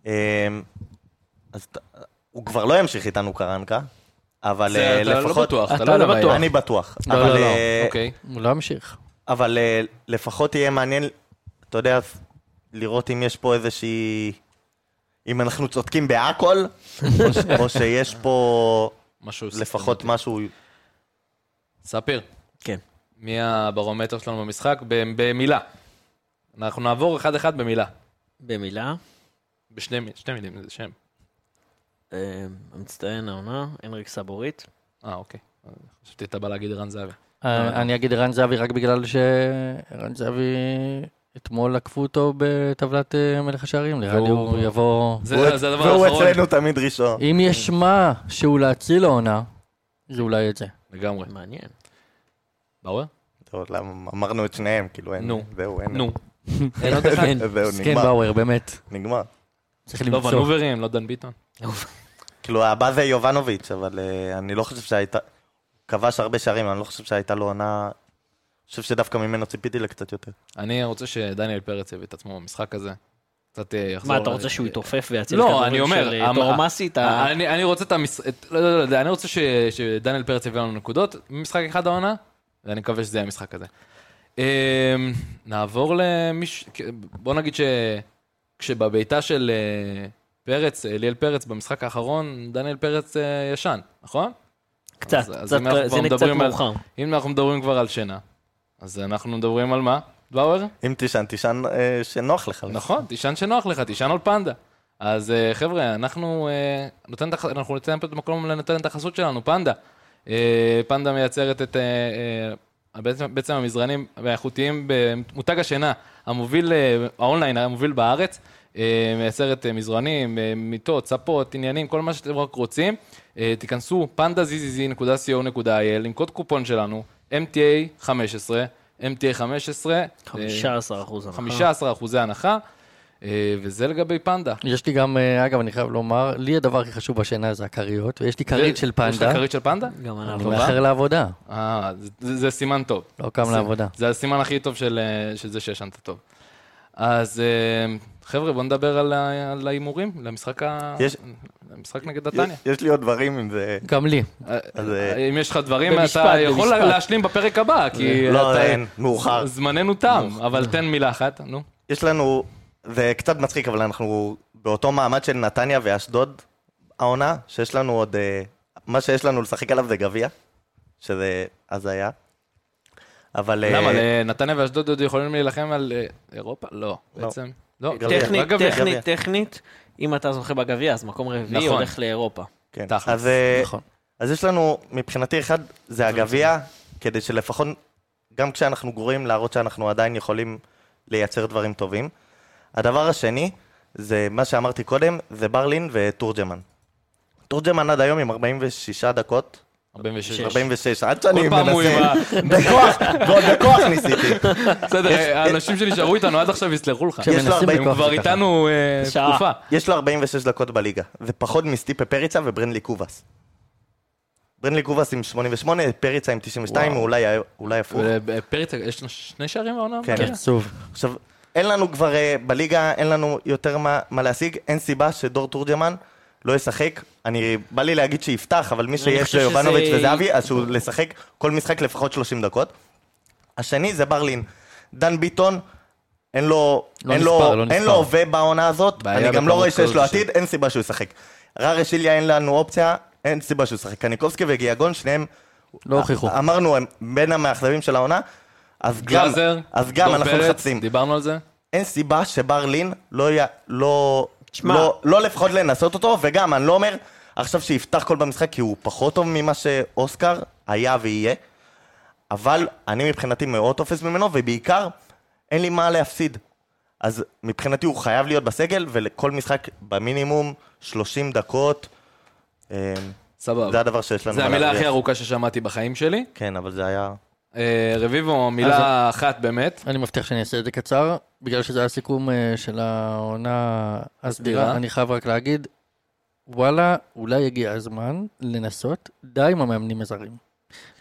S6: אה, אז ת- הוא כבר לא ימשיך איתנו קרנקה, אבל
S1: זה,
S6: אה,
S1: אתה לא
S6: לפחות...
S1: בטוח, אתה
S7: אתה
S1: לא
S7: לא
S1: יודע מה יהיה.
S7: בטוח.
S6: אני בטוח.
S2: לא,
S6: אבל,
S2: לא, לא.
S6: אה,
S1: אוקיי.
S2: הוא לא המשיך.
S6: אבל אה, לפחות יהיה מעניין, אתה יודע, לראות אם יש פה איזושהי... אם אנחנו צודקים בהכל, או ש- או שיש פה
S1: משהו...
S6: לפחות
S1: ספציפי.
S6: משהו...
S1: ספיר,
S7: כן.
S1: מי הברומטר שלנו במשחק? ב- במילה. אנחנו נעבור אחד-אחד במילה.
S7: במילה,
S1: בשני מ- שתי מילים, זה שם.
S7: אה, המצטיין העונה, הנריק סבורית.
S1: אה, אוקיי. חשבתי שאתה בא להגיד ערן זהבי.
S2: אה, אני אגיד ערן זהבי רק בגלל שערן זהבי, אתמול עקפו אותו בטבלת אה, מלך השערים, נראה לי
S1: והוא-
S2: הוא יבוא...
S1: זה
S6: והוא-
S1: זה הדבר
S6: והוא
S1: האחרון.
S6: אצלנו תמיד ראשון.
S2: אם יש מה שהוא להציל העונה, זה אולי את זה.
S1: לגמרי.
S7: מעניין.
S1: באואר?
S2: לא.
S6: טוב, למה- אמרנו את שניהם, כאילו, אין...
S1: נו.
S6: זהו, אין...
S1: נו.
S2: אין עוד אחד.
S6: זהו,
S2: סקן
S6: נגמר.
S2: באואר, כן, באמת.
S6: נגמר.
S2: צריך
S1: לא
S2: למצוא.
S1: ונוברים, לא דן ביטון.
S6: כאילו, הבא זה יובנוביץ', אבל אה, אני לא חושב שהייתה... כבש הרבה שערים, אני לא חושב שהייתה לו עונה... אני חושב שדווקא ממנו ציפיתי לקצת יותר.
S1: אני רוצה שדניאל פרץ יביא את עצמו במשחק הזה. קצת אה, יחזור...
S7: מה, אתה רוצה שהוא יתעופף ויציל
S1: לא, אני אומר...
S7: של
S1: המ- אה,
S7: דורמסי? אתה...
S1: אני אני רוצה את המש... את- לא, לא, לא, לא, אני רוצה ש- שדניאל פרץ יביא לנו נקודות ממשחק אחד העונה, ואני מקווה שזה יהיה המשחק הזה. אמ, נעבור למישהו... בוא נגיד ש... כשבבעיטה של אה, פרץ, אליאל פרץ, במשחק האחרון, דניאל פרץ אה, ישן, נכון?
S7: קצת,
S1: אז- אז
S7: קצת,
S1: אם אנחנו כבר
S7: זה יהיה קצת
S1: מדברים על-
S7: מאוחר.
S1: אם אנחנו מדברים כבר על שינה, אז אנחנו מדברים על מה? באואר?
S6: אם תישן, תישן אה, שנוח לך.
S1: נכון, תישן שנוח לך, תישן על פנדה. אז אה, חבר'ה, אנחנו אה, נותן את הח- אנחנו ניתן פה את המקום לנתן את החסות שלנו, פנדה. אה, פנדה מייצרת את... אה, אה, בעצם, בעצם המזרנים האיכותיים במותג השינה, המוביל, אה, האונליין המוביל בארץ, אה, מייצרת אה, מזרנים, אה, מיטות, ספות, עניינים, כל מה שאתם רק רוצים. אה, תיכנסו pandazzzz.co.il עם קוד קופון שלנו, MTA 15, MTA 15. אה,
S7: 15 אחוז.
S1: 15 אחוזי הנחה, אה, וזה לגבי פנדה.
S2: יש לי גם, אה, אגב, אני חייב לומר, לי הדבר הכי חשוב בשינה זה הכריות, ויש לי כרית של
S1: יש לך
S2: פנדה,
S1: כרית של פנדה?
S7: גם
S2: אני לא
S7: אנחנו.
S1: טובה.
S2: מאחר לעבודה,
S1: אה, זה, זה סימן טוב.
S2: לא קם לעבודה.
S1: זה הסימן הכי טוב של, אה, של זה שישנת טוב. אז אה, חבר'ה, בואו נדבר על ה- על ההימורים, למשחק, ה...
S6: יש-
S1: למשחק נגד
S6: יש,
S1: נתניה.
S6: יש לי עוד דברים אם זה...
S2: גם לי.
S6: אז, אה,
S1: אם יש לך דברים,
S7: במשפט,
S1: אתה יכול
S7: במשפט.
S1: להשלים בפרק הבא, כי
S6: לא,
S1: אתה-
S6: אין, מאוחר.
S1: זמננו תם, אבל תן מילה אחת, נו.
S6: יש לנו, זה קצת מצחיק, אבל אנחנו באותו מעמד של נתניה ואשדוד העונה, שיש לנו עוד, אה, מה שיש לנו לשחק עליו זה גביע, שזה הזיה. אבל... אה,
S1: למה, לנתניה ואשדוד עוד יכולים להילחם על אה, אירופה? לא,
S6: לא.
S1: בעצם. לא,
S6: גביע.
S7: טכנית,
S1: רק גביע.
S6: גביע.
S7: טכנית, טכנית, אם אתה זוכה בגביע, אז מקום רביעי
S1: נכון.
S7: הולך לאירופה.
S6: כן.
S1: תכלס,
S6: אז, אה,
S2: נכון.
S6: אז יש לנו, מבחינתי אחד, זה הגביע, כדי שלפחות, גם כשאנחנו גרועים, להראות שאנחנו עדיין יכולים לייצר דברים טובים. הדבר השני, זה מה שאמרתי קודם, זה ברלין ותורג'מן. תורג'מן עד היום עם 46 דקות,
S1: 46.
S6: 46, עד שאני
S1: כן. כל פעם הוא עם ה...
S6: מנסה, בכוח, ועוד בכוח ניסיתי.
S1: בסדר, האנשים שנשארו איתנו עד עכשיו יסלחו לך.
S6: יש לו
S2: מנסים
S6: 40
S1: הם כבר
S2: בכוח זה ככה.
S1: איתנו אה,
S7: שעה.
S1: תקופה.
S6: יש לו 46 דקות בליגה, ופחות מסטיפה פריצה וברנלי קובאס. ברנלי קובאס עם 88, פריצה עם 92, הוא אולי, אולי הפוך.
S1: פריצה, יש לו שני שערים בעונה?
S6: כן.
S1: כן.
S2: עצוב.
S6: עכשיו, אין לנו כבר, אה, בליגה אין לנו יותר מה, מה להשיג, אין סיבה שדור תורג'מן לא ישחק. אני, בא לי להגיד שיפתח, אבל מי שיש
S7: חושב
S6: לו יובנוביץ'
S7: שזה-
S6: וזהבי, אז שהוא לשחק כל משחק לפחות 30 דקות. השני זה ברלין. דן ביטון, אין לו,
S2: לא
S6: אין
S2: נספר,
S6: לו,
S2: לא
S6: אין
S2: נספר.
S6: לו הווה בעונה הזאת,
S1: בעיה
S6: אני גם לא
S1: בכמות
S6: רואה שיש
S1: כל
S6: לו
S1: זה
S6: עתיד, אין סיבה שהוא ישחק. ררה שיליה אין לנו אופציה, אין סיבה שהוא ישחק. קניקובסקי וגיאגון, שניהם
S1: אה,
S2: לא הוכיחו.
S6: אמרנו, הם בין המאכזבים של העונה, אז גם,
S1: גלאזר,
S6: אז גם
S1: דור
S6: אנחנו
S1: פרץ,
S6: מחפשים.
S1: דיברנו על זה.
S6: אין סיבה שבר לין לא י... לא...
S7: תשמע.
S6: לא, לא לפחות לנסות אותו, וגם, אני לא אומר עכשיו שיפתח כל במשחק, כי הוא פחות טוב ממה שאוסקר היה ויהיה, אבל אני מבחינתי מאוד תופס ממנו, ובעיקר, אין לי מה להפסיד. אז מבחינתי הוא חייב להיות בסגל, ולכל משחק במינימום 30 דקות, אה, זה לא
S1: סבבה.
S6: הדבר שיש לנו.
S1: זו
S6: מה
S1: המילה
S6: להרוויח.
S1: הכי ארוכה ששמעתי בחיים שלי.
S6: כן, אבל זה היה...
S1: אה, רביבו, מילה אחת באמת.
S2: אני מבטיח שאני אעשה את זה קצר, בגלל שזה היה סיכום אה, של העונה הסדירה,
S1: סדירה.
S2: אני חייב רק להגיד, וואלה, אולי הגיע הזמן לנסות, די עם המאמנים הזרים.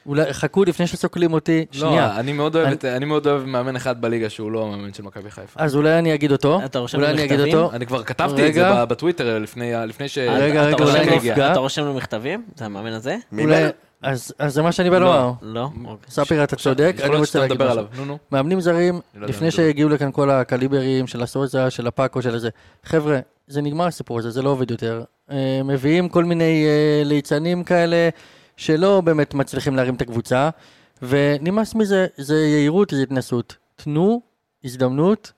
S2: אולי, חכו לפני שסוקלים אותי,
S1: לא,
S2: שנייה.
S1: אני מאוד אוהב
S2: אני- אה,
S1: את- אני מאוד אוהב מאמן אחד בליגה שהוא לא המאמן של מכבי חיפה.
S2: אז אולי אני אגיד אותו,
S7: אתה רושם
S2: אולי
S7: לי
S2: אני אגיד
S7: מכתבים?
S2: אותו,
S1: אני כבר כתבתי את זה
S2: לא. רגע.
S1: ב- בטוויטר לפני ה- לפני ש...
S2: רגע,
S7: אתה
S2: רגע,
S7: רושם
S2: אולי
S7: לו-
S2: נפגע.
S7: אתה רושם לו מכתבים? זה המאמן הזה?
S6: מי
S2: אולי,
S6: מנ-
S2: אז אז זה מה שאני בא לומר.
S7: לא? אוקיי.
S2: ספיר, אתה צודק,
S1: יכול
S2: אני
S1: להיות
S2: רוצה
S1: שאתה
S2: להגיד
S1: מדבר
S2: משהו.
S1: עליו. נו, נו.
S2: מאמנים זרים,
S1: לא יודע
S2: לפני
S1: אם זה-
S2: שהגיעו לכאן כל הקליברים של הסוזה, של הפאקו, של הזה, חבר'ה, זה נגמר הסיפור הזה, זה לא עובד יותר. אה, מביאים כל מיני אה, ליצנים כאלה שלא באמת מצליחים להרים את הקבוצה, ונמאס מזה, זה יהירות, זה התנסות. תנו הזדמנות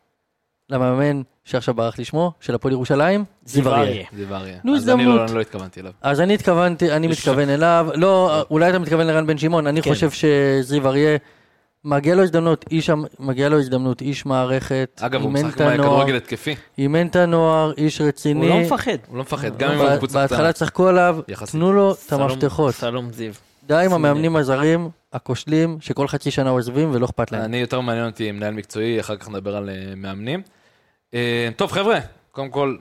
S2: למאמן שעכשיו ברח לי שמו, של הפועל ירושלים, זיו אריה.
S1: זיו אריה.
S2: נו,
S1: אז אני לא-
S2: הזדמנות.
S1: אני לא התכוונתי אליו.
S2: אז אני התכוונתי, אני מתכוון אליו, לא, אולי אתה מתכוון לרן בן שמעון, אני
S7: כן.
S2: חושב שזיו אריה, מגיע לו הזדמנות, איש, המ- מגיע לו הזדמנות, איש מערכת,
S1: אגב, הוא
S2: אימן
S1: משחק
S2: את הנוער,
S1: כדורגל התקפי.
S2: אימן את הנוער, איש רציני,
S7: הוא לא מפחד.
S1: הוא לא מפחד, גם אם
S2: אבל
S1: הוא קבוצה קטנה.
S2: בהתחלה צחקו עליו,
S1: יחסית.
S2: תנו לו את
S7: סלום-
S2: המפתחות,
S7: סלום זיו.
S2: די עם המאמנים הזרים, הכושלים, שכל חצי שנה עוזבים ולא אכפת להם.
S1: אני יותר מעניין אותי מנהל מקצועי, אחר כך נדבר על אה, מאמנים. אה, טוב, חבר'ה, קודם כל,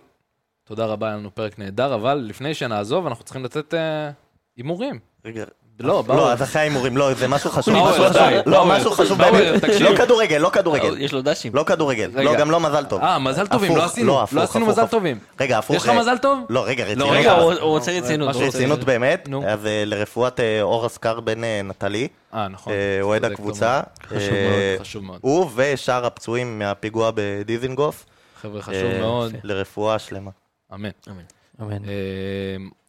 S1: תודה רבה, היה לנו פרק נהדר, אבל לפני שנעזוב, אנחנו צריכים לתת אה, הימורים.
S6: רגע,
S1: לא,
S6: לא,
S1: באו.
S6: אז אחרי ההימורים, לא, זה משהו חשוב,
S1: באואר,
S6: משהו חשוב,
S1: די,
S6: לא,
S1: באואר,
S6: משהו חשוב
S1: באואר,
S6: באמת,
S1: תקשיב.
S6: לא כדורגל, לא כדורגל,
S7: יש לו דשים.
S6: לא כדורגל,
S1: רגע.
S6: לא, גם לא מזל טוב.
S1: אה, מזל טובים,
S6: הפוך,
S1: לא עשינו,
S6: הפוך,
S1: לא עשינו
S6: הפוך,
S1: מזל
S6: הפוך.
S1: טובים.
S6: רגע, הפוך.
S1: יש לך מזל טוב?
S6: לא, רגע,
S1: לא,
S6: רצינות.
S7: רגע,
S1: רגע,
S7: הוא הוא רוצה רצינות.
S1: משהו
S7: הוא רוצה
S6: רצינות באמת,
S1: נו.
S6: אז אה, לרפואת אה, אור אסקר בן אה, נטלי,
S1: אה, נכון.
S6: אה, אוהד
S1: צודק,
S6: הקבוצה.
S1: חשוב
S6: אה,
S1: מאוד, חשוב מאוד.
S6: הוא ושאר הפצועים מהפיגוע בדיזינגוף.
S1: חבר'ה,
S6: אה,
S1: חשוב מאוד.
S6: לרפואה שלמה.
S1: אמן.
S2: אמן.
S1: אה,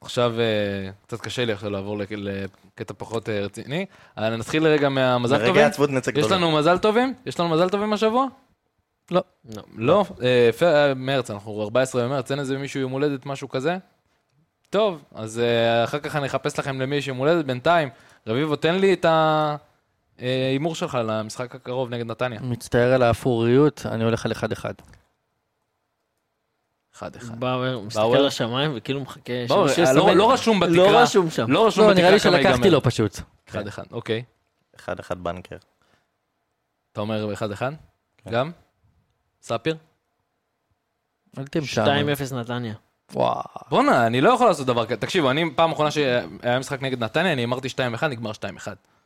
S1: עכשיו, אה, קצת קשה לי עכשיו לעבור לק- לקטע פחות אה, רציני. אה, נתחיל לרגע מהמזל
S6: רגע
S1: טובים.
S6: עצבות נצא
S1: יש
S6: גדולה.
S1: לנו מזל טובים? יש לנו מזל טובים השבוע?
S2: לא.
S7: לא.
S1: לא? אה, פ- אה, מרץ, אנחנו 14 במרץ, אין איזה מישהו יום הולדת, משהו כזה? טוב, אז אה, אחר כך אני אחפש לכם למי יש יום הולדת. בינתיים, רביבו, תן לי את ההימור שלך למשחק הקרוב נגד נתניה.
S2: מצטער על האפוריות, אני הולך על 1-1.
S1: 1-1.
S7: באואר מסתכל
S1: באואר.
S7: לשמיים וכאילו מחכה...
S1: באואר,
S7: שמישהו
S1: אה, לא-
S7: יסמן.
S1: לא רשום בתקרה.
S7: לא רשום שם.
S1: לא רשום
S2: לא, נראה לי
S1: בתקרה כמה
S2: שלקחתי
S1: ייגמר.
S2: לו פשוט.
S1: 1-1, אוקיי.
S6: אחד אחד בנקר.
S1: אתה אומר 1-1?
S2: כן.
S1: גם? ספיר?
S2: אל תמשם.
S7: 2-0 נתניה.
S2: וואו.
S1: בואנה, אני לא יכול לעשות דבר כזה. תקשיבו, אני פעם אחרונה שהיה משחק נגד נתניה, אני אמרתי 2-1, נגמר 2-1.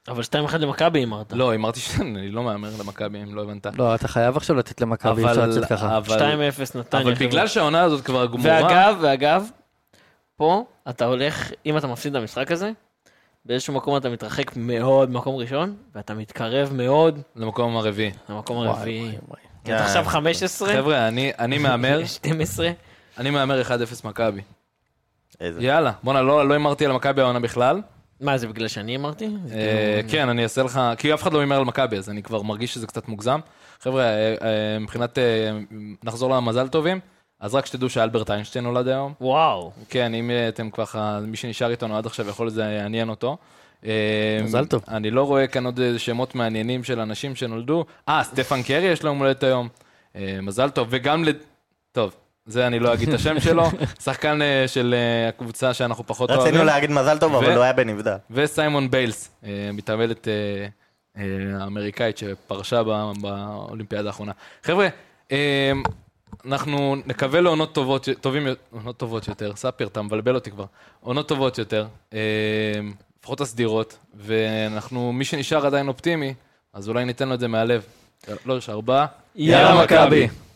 S7: אבל 2-1 למכבי אמרת.
S1: לא, אמרתי ש... אני לא מהמר למכבי, אם לא הבנת.
S2: לא, אתה חייב עכשיו לתת למכבי, אי אפשר
S1: אבל...
S2: לצאת ככה.
S1: אבל-
S7: 2-0 נתניה.
S1: אבל
S7: חבר'ה.
S1: בגלל שהעונה הזאת כבר גמורה...
S7: ואגב, ואגב, פה אתה הולך, אם אתה מפסיד את המשחק הזה, באיזשהו מקום אתה מתרחק מאוד מקום ראשון, ואתה מתקרב מאוד
S1: למקום הרביעי.
S7: למקום
S2: וואי,
S7: הרביעי.
S2: וואי, וואי.
S7: כי אתה עכשיו 15,
S1: חבר'ה, אני- אני מהמר,
S7: 12,
S1: אני מהמר 1-0 מכבי.
S6: איזה.
S1: יאללה, בואנה, לא לא הימרתי על מכבי העונה בכלל.
S7: מה זה בגלל שאני אמרתי? זה כאילו-
S1: אה, כן, אני אעשה לך, כי אף אחד לא הימר על מכבי, אז אני כבר מרגיש שזה קצת מוגזם. חבר'ה, אה, אה, מבחינת, אה, נחזור למזל טובים, אז רק שתדעו שאלברט איינשטיין נולד היום.
S7: כאילו- וואו,
S1: כן, אם אתם ככה, מי שנשאר איתנו עד עכשיו יכול זה יעניין אותו. אה,
S2: מזל טוב.
S1: אני לא רואה כאן עוד איזה שמות מעניינים של אנשים שנולדו. אה, סטפן קרי יש לו יום הולדת היום. אה, מזל טוב, וגם ל... טוב, זה אני לא אגיד את השם שלו. שחקן אה, של אה, הקבוצה שאנחנו פחות אוהבים.
S6: רצינו להגיד מזל טוב,
S1: ו-
S6: אבל הוא היה בנבדל.
S1: וסיימון ביילס, אה, מתעמלת אה, אה, האמריקאית שפרשה בא- באולימפיאדה האחרונה. חבר'ה, אה, אנחנו נקווה לעונות טובות, טובים, יו- עונות טובות יותר, ספיר, אתה מבלבל אותי כבר. עונות טובות יותר, אה, לפחות הסדירות, ואנחנו, מי שנשאר עדיין אופטימי, אז אולי ניתן לו את זה מהלב. לא, יש ארבעה.
S7: יאללה, מכבי.